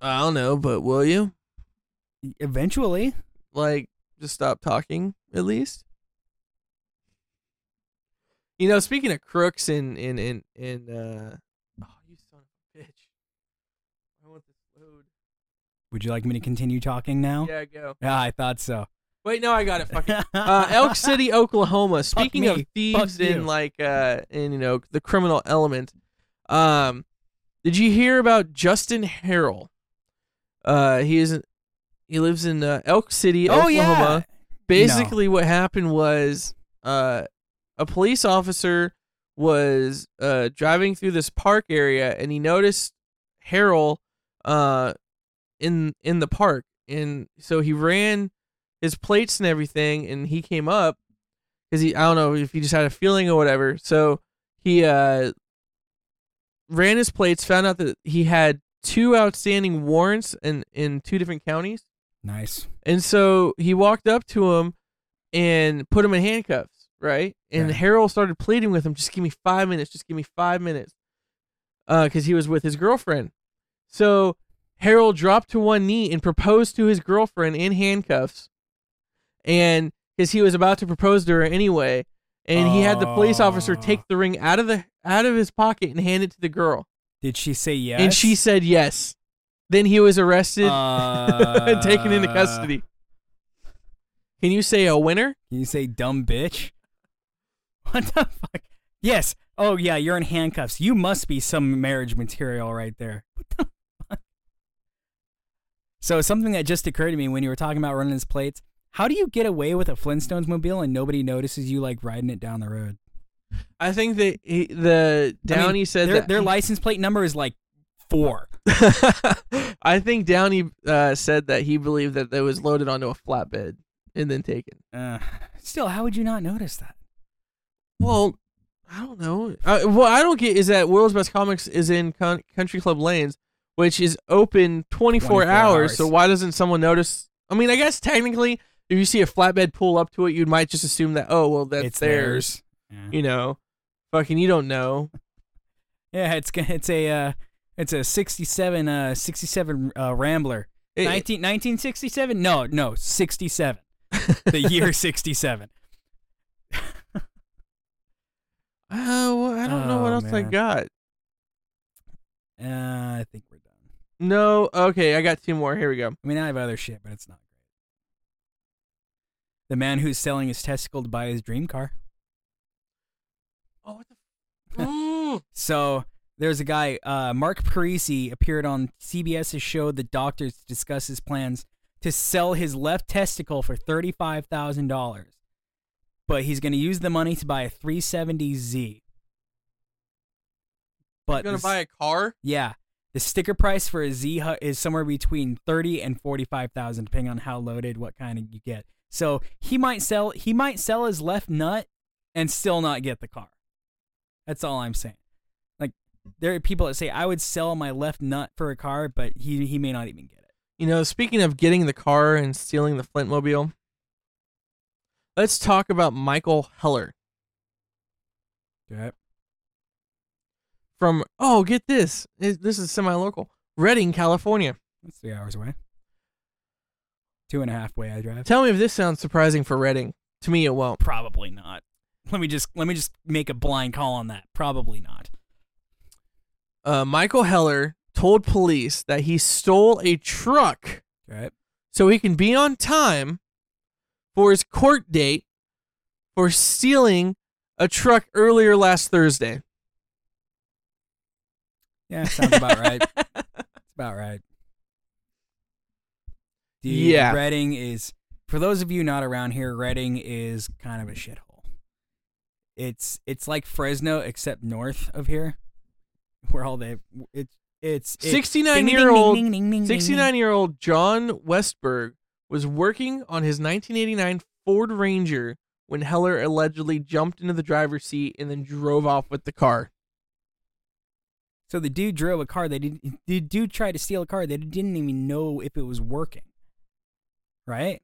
I don't know, but will you E, Eventually, like just stop talking at least? You know, speaking of crooks and and and and uh, oh, you son of a bitch! I want this load. would you like me to continue talking now? Yeah, go. Yeah, I thought so. Wait, no, I got it. Fuck it. uh, Elk City, Oklahoma. Speaking of me. thieves Fuck and you. like uh and you know the criminal element, um, did you hear about Justin Harrell? Uh, he is he lives in uh, Elk City, Oh Oklahoma. yeah. Basically, what happened was uh a police officer was uh driving through this park area and he noticed Harrell uh in in the park and so he ran his plates and everything and he came up because he I don't know if he just had a feeling or whatever so he uh ran his plates found out that he had two outstanding warrants in in two different counties Nice. and so he walked up to him and put him in handcuffs, right? And Yeah. Harold started pleading with him, just give me five minutes, just give me five minutes. Because he was with his girlfriend. So Harold dropped to one knee and proposed to his girlfriend in handcuffs. And because he was about to propose to her anyway. And he had the police officer Oh. take the ring out of the out of his pocket and hand it to the girl. Did she say yes? And she said yes. Then he was arrested uh, taken into custody. Can you say a winner? Can Uh, you say dumb bitch? What the fuck? Yes. Oh yeah, you're in handcuffs. You must be some marriage material right there. What the fuck? So something that just occurred to me when you were talking about running his plates. How do you get away with a Flintstones mobile and nobody notices you like riding it down the road? I think that he, the I mean, Downey said their, that. their license plate number is like four. I think Downey uh, said that he believed that it was loaded onto a flatbed and then taken. Uh, still, how would you not notice that? Well, I don't know. Uh, what I don't get is that World's Best Comics is in con- Country Club Lanes, which is open 24, 24 hours, hours. So why doesn't someone notice? I mean, I guess technically, if you see a flatbed pull up to it, you might just assume that oh well that's it's theirs. theirs. Yeah. You know, fucking you don't know. Yeah, it's g- it's a uh, it's a 67 uh 67 uh, Rambler. It- 19, 1967? No, no, 67. the year 67. Oh, well, I don't know what Oh, else I man. got. Uh, I think we're done. No, okay, I got two more. Here we go. I mean, I have other shit, but it's not great. The man who's selling his testicle to buy his dream car. Oh, what the? mm, Ooh. So there's a guy, uh, Mark Parisi, appeared on CBS's show The Doctors to discuss his plans to sell his left testicle for thirty-five thousand dollars, but he's going to use the money to buy a 370Z. You're But gonna the- buy a car? yeah, the sticker price for a Z Hut is somewhere between thirty and forty-five thousand, depending on how loaded, what kind of you get. So he might sell he might sell his left nut and still not get the car. That's all I'm saying. Like there are people that say I would sell my left nut for a car, but he he may not even get it. You know, speaking of getting the car and stealing the Flintmobile, let's talk about Michael Heller from. Oh, get this! It- This is semi-local, Redding, California. That's three hours away. Two and a half way I drive. Tell me if this sounds surprising for Redding. To me, it won't. Probably not. Let me just let me just make a blind call on that. Probably not. Uh, Michael Heller told police that he stole a truck Right. so he can be on time for his court date for stealing a truck earlier last Thursday. Yeah, sounds about right. It's about right. Dude, Yeah. Reading is for those of you not around here, Reading is kind of a shithole. It's it's like Fresno except north of here, where all they it's it's it- ding, 69 ding, year ding, old ding, ding, ding, ding, ding. 69 year old John Westberg was working on his 1989 Ford Ranger when Heller allegedly jumped into the driver's seat and then drove off with the car. So the dude drove a car. They did. The dude tried to steal a car. They didn't even know if it was working. Right.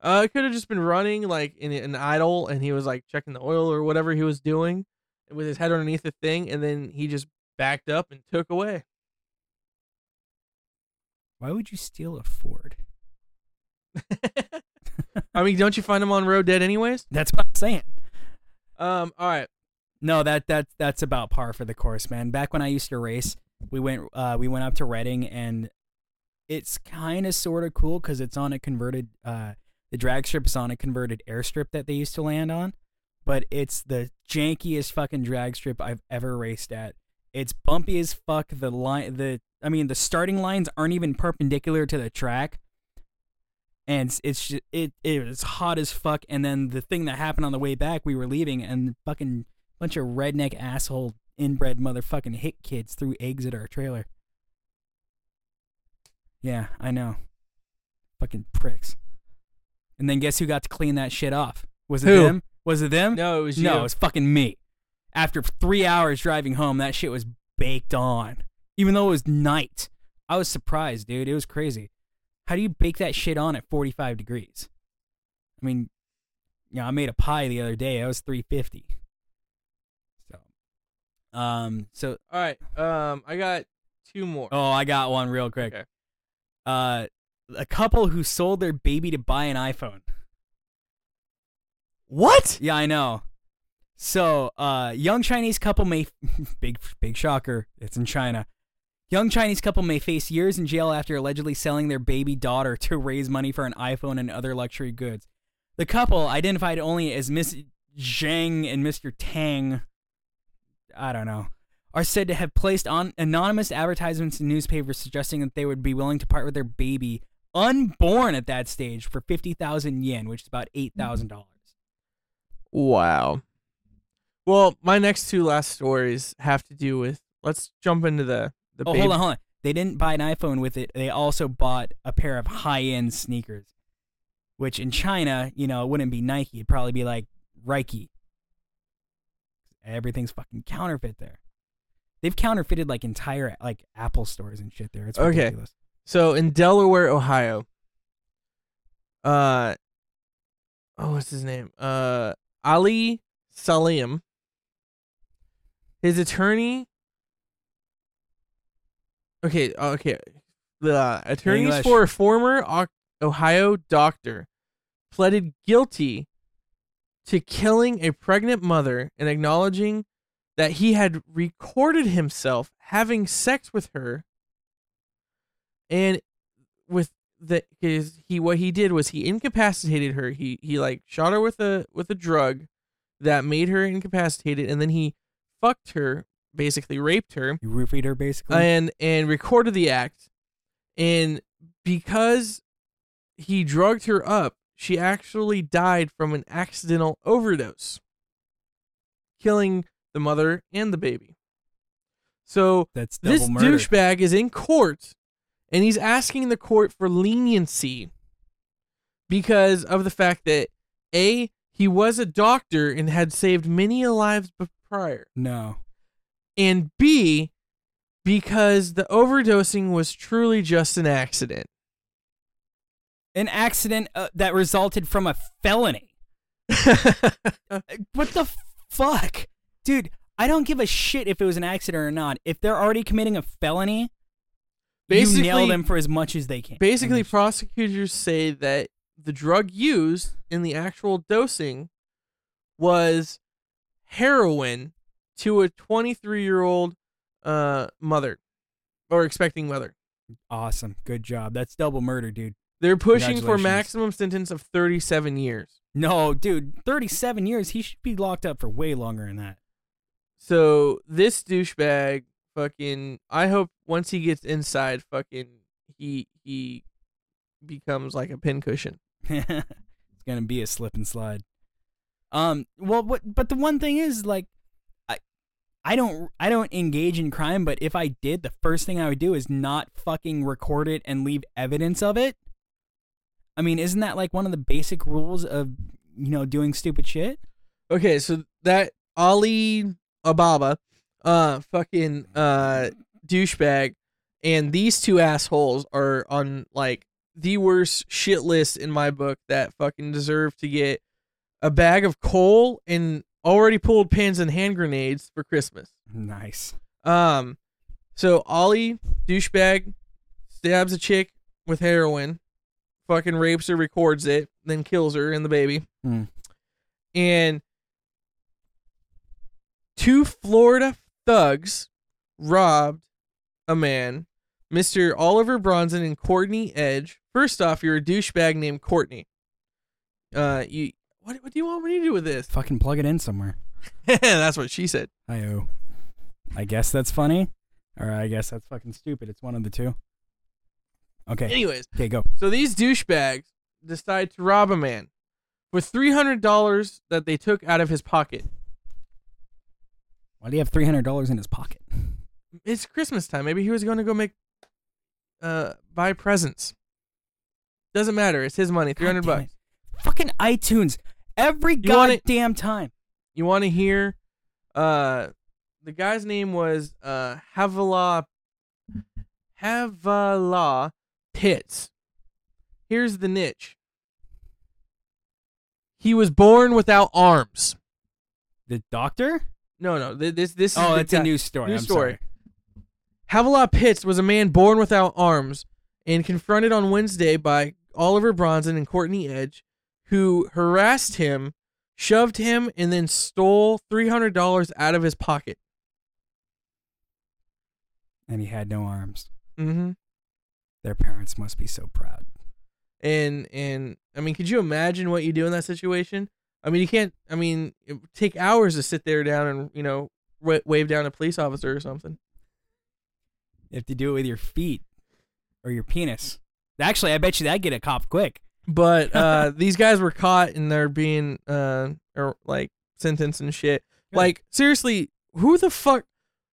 Uh, it could have just been running like in an idle, and he was like checking the oil or whatever he was doing with his head underneath the thing, and then he just backed up and took away. Why would you steal a Ford? I mean, don't you find him on road dead anyways? That's what I'm saying. Um, all right. No, that that that's about par for the course, man. Back when I used to race, we went uh, we went up to Reading, and it's kind of sort of cool because it's on a converted uh, the drag strip is on a converted airstrip that they used to land on, but it's the jankiest fucking drag strip I've ever raced at. It's bumpy as fuck. The line the I mean the starting lines aren't even perpendicular to the track. And it's, it's ju- it it was hot as fuck. And then the thing that happened on the way back, we were leaving, and fucking bunch of redneck asshole inbred motherfucking hit kids threw eggs at our trailer. Yeah, I know. Fucking pricks. And then guess who got to clean that shit off? Was it Who? them? Was it them? No, it was you. Um, No, it was fucking me. After three hours driving home, that shit was baked on. Even though it was night. I was surprised, dude. It was crazy. How do you bake that shit on at 45 degrees? I mean, you know, I made a pie the other day. That was 350. So, um, so, all right. Um, I got two more. oh, I got one real quick. Okay. Uh, a couple who sold their baby to buy an iPhone. What? Yeah, I know. So, uh, young Chinese couple may big big shocker. It's in China. Young Chinese couple may face years in jail after allegedly selling their baby daughter to raise money for an iPhone and other luxury goods. The couple, identified only as Miss Zhang and Mr. Tang, I don't know, are said to have placed on anonymous advertisements in newspapers suggesting that they would be willing to part with their baby, unborn at that stage, for 50,000 yen, which is about $8,000. Wow. Well, my next two last stories have to do with. Let's jump into the the. Oh, baby- hold on, hold on. They didn't buy an iPhone with it. They also bought a pair of high-end sneakers, which in China, you know, it wouldn't be Nike. It'd probably be like Reiki. Everything's fucking counterfeit there. They've counterfeited like entire like Apple stores and shit there. It's Okay. ridiculous. So in Delaware, Ohio. Uh. Oh, what's his name? Uh, Ali Salim. His attorney. Okay. uh, Okay. The attorneys English. for a former O- Ohio doctor pleaded guilty to killing a pregnant mother and acknowledging that he had recorded himself having sex with her and with the his he what he did was he incapacitated her he he like shot her with a with a drug that made her incapacitated and then he fucked her basically raped her You roofied her basically. and and recorded the act and because he drugged her up she actually died from an accidental overdose killing the mother and the baby so That's double this murder. douchebag is in court and he's asking the court for leniency because of the fact that a he was a doctor and had saved many lives be- prior no. and b because the overdosing was truly just an accident An accident uh, that resulted from a felony. What the fuck? Dude, I don't give a shit if it was an accident or not. If they're already committing a felony, you nail Basically- them for as much as they can. basically prosecutors say that the drug used in the actual dosing was heroin to a 23 year old uh, mother or expecting mother awesome. Good job. That's double murder, dude. they're pushing for Congratulations. maximum sentence of 37 years No, dude, 37 years. He should be locked up for way longer than that. so this douchebag fucking I hope once he gets inside fucking he he becomes like a pincushion. it's gonna be a slip and slide. Um. Well, what? But the one thing is, like, I, I don't, I don't engage in crime. But if I did, the first thing I would do is not fucking record it and leave evidence of it. I mean, isn't that like one of the basic rules of you know doing stupid shit? Okay, so that Ali Ababa, uh fucking uh douchebag and these two assholes are on like the worst shit list in my book that fucking deserve to get a bag of coal and already pulled pins and hand grenades for Christmas. Nice. Um, so Ollie douchebag stabs a chick with heroin, fucking rapes her, records it, then kills her and the baby. Mm. And two Florida thugs robbed a man, Mr. Oliver Bronson and Courtney Edge. First off, you're a douchebag named Courtney. Uh, you what? What do you want me to do with this? Fucking plug it in somewhere. That's what she said. I oh. I guess that's funny, or I guess that's fucking stupid. It's one of the two. Okay. Anyways, Okay. Go. so these douchebags decide to rob a man for three hundred dollars that they took out of his pocket. Why do you have three hundred dollars in his pocket? It's Christmas time. Maybe he was going to go make, uh, buy presents. Doesn't matter. It's his money. Three hundred God damn bucks. it. Fucking iTunes. Every You want it- goddamn time. you want to hear uh the guy's name was uh Havala Havala Pitts. Here's the niche. He was born without arms. The doctor? No, no. th- This this is Oh, the it's a guy. news story. News I'm story. sorry. Havala Pitts was a man born without arms and confronted on Wednesday by Oliver Bronson and Courtney Edge, who harassed him, shoved him, and then stole $300 out of his pocket. And he had no arms. Mm-hmm. Their parents must be so proud. And, and I mean, could you imagine what you do in that situation? I mean, you can't, I mean, it would take hours to sit there down and, you know, wa wave down a police officer or something. You have to do it with your feet or your penis. Actually, I bet you that get a cop quick. But uh, these guys were caught and they're being uh, or like sentenced and shit. Good. Like seriously, who the fuck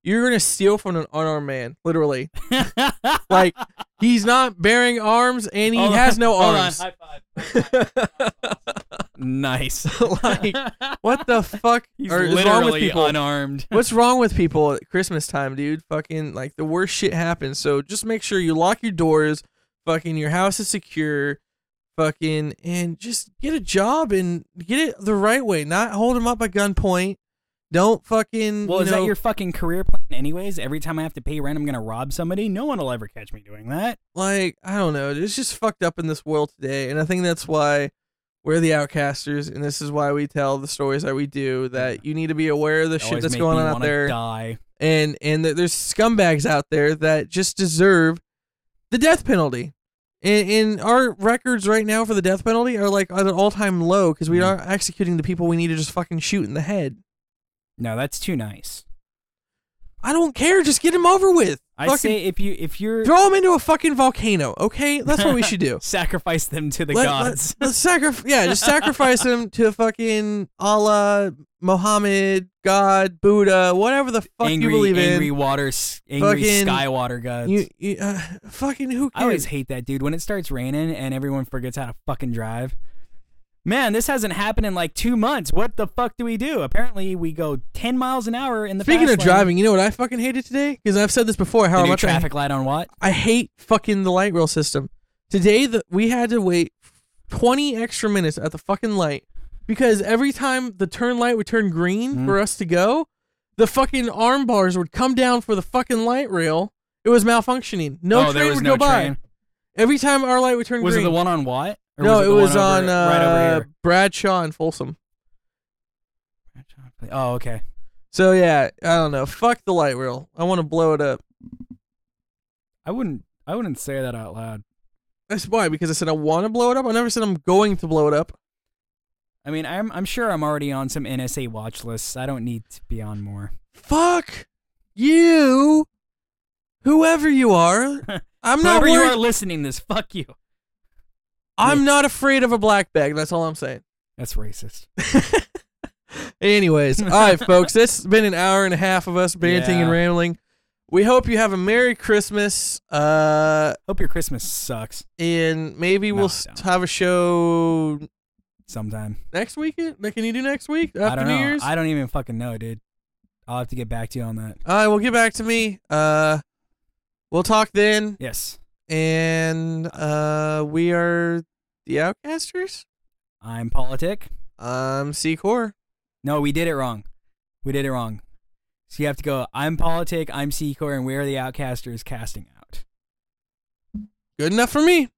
you're gonna steal from an unarmed man? Literally, like he's not bearing arms and he Hold has on, no hold on, arms. high five. Nice. like what the fuck He's are, is literally wrong with people? unarmed. What's wrong with people at Christmas time, dude? Fucking like the worst shit happens. So just make sure you lock your doors, fucking your house is secure, fucking and just get a job and get it the right way. Not hold them up at gunpoint. Don't fucking Well, you is know, that your fucking career plan, anyways? Every time I have to pay rent, I'm gonna rob somebody. No one will ever catch me doing that. like I don't know. It's just fucked up in this world today, and I think that's why we're the outcasters, and this is why we tell the stories that we do. That you need to be aware of the It shit always that's make going me on out wanna there. Die. and and that there's scumbags out there that just deserve the death penalty. And, and our records right now for the death penalty are like at an all time low because we Mhm. aren't executing the people we need to just fucking shoot in the head. No, that's too nice. I don't care. Just get them over with. I fucking say if you if you're throw them into a fucking volcano. Okay, that's what we should do. sacrifice them to the Let- let- gods. let's sacrifice. Yeah, just sacrifice them to fucking Allah, Mohammed, God, Buddha, whatever the fuck angry, you believe angry in. water, s- angry Fucking- sky water gods. You, you uh, fucking who I cares? always hate that dude when it starts raining and everyone forgets how to fucking drive. Man, this hasn't happened in like two months. What the fuck do we do? Apparently, we go ten miles an hour in the. Speaking fast of lane. driving, you know what I fucking hated today? Because I've said this before. How the new much I- traffic light on what? I, hate fucking the light rail system. Today, the, we had to wait 20 extra minutes at the fucking light because every time the turn light would turn green Mhm. for us to go, the fucking arm bars would come down for the fucking light rail. It was malfunctioning. No oh, train there was would no go train. by. Every time our light would turn Was green. it the one on what? Or no, it the was one on over- uh, right over Bradshaw and Folsom. here. Oh, okay. So yeah, I don't know. Fuck the light rail. I want to blow it up. I wouldn't. I wouldn't say that out loud. That's why, because I said I want to blow it up. I never said I'm going to blow it up. I mean, I'm. I'm sure I'm already on some NSA watch lists. I don't need to be on more. Fuck. you, whoever you are, I'm not Whoever you are worried. listening this, fuck you. I'm not afraid of a black bag. That's all I'm saying. That's racist. Anyways, all right, folks, it's been an hour and a half of us banting and Yeah. rambling. We hope you have a Merry Christmas. Uh, Hope your Christmas sucks and maybe No, we'll s- don't. have a show sometime. next weekend. Like, Can you do next week after I don't New know. Year's? I don't even fucking know, dude. I'll have to get back to you on that. All right, well, get back to me. Uh, we'll talk then. Yes. And uh, we are the Outcasters. I'm politic. Um, C Core. No, we did it wrong. We did it wrong. So you have to go, I'm politic, I'm Secor, and we are the outcasters casting out. Good enough for me.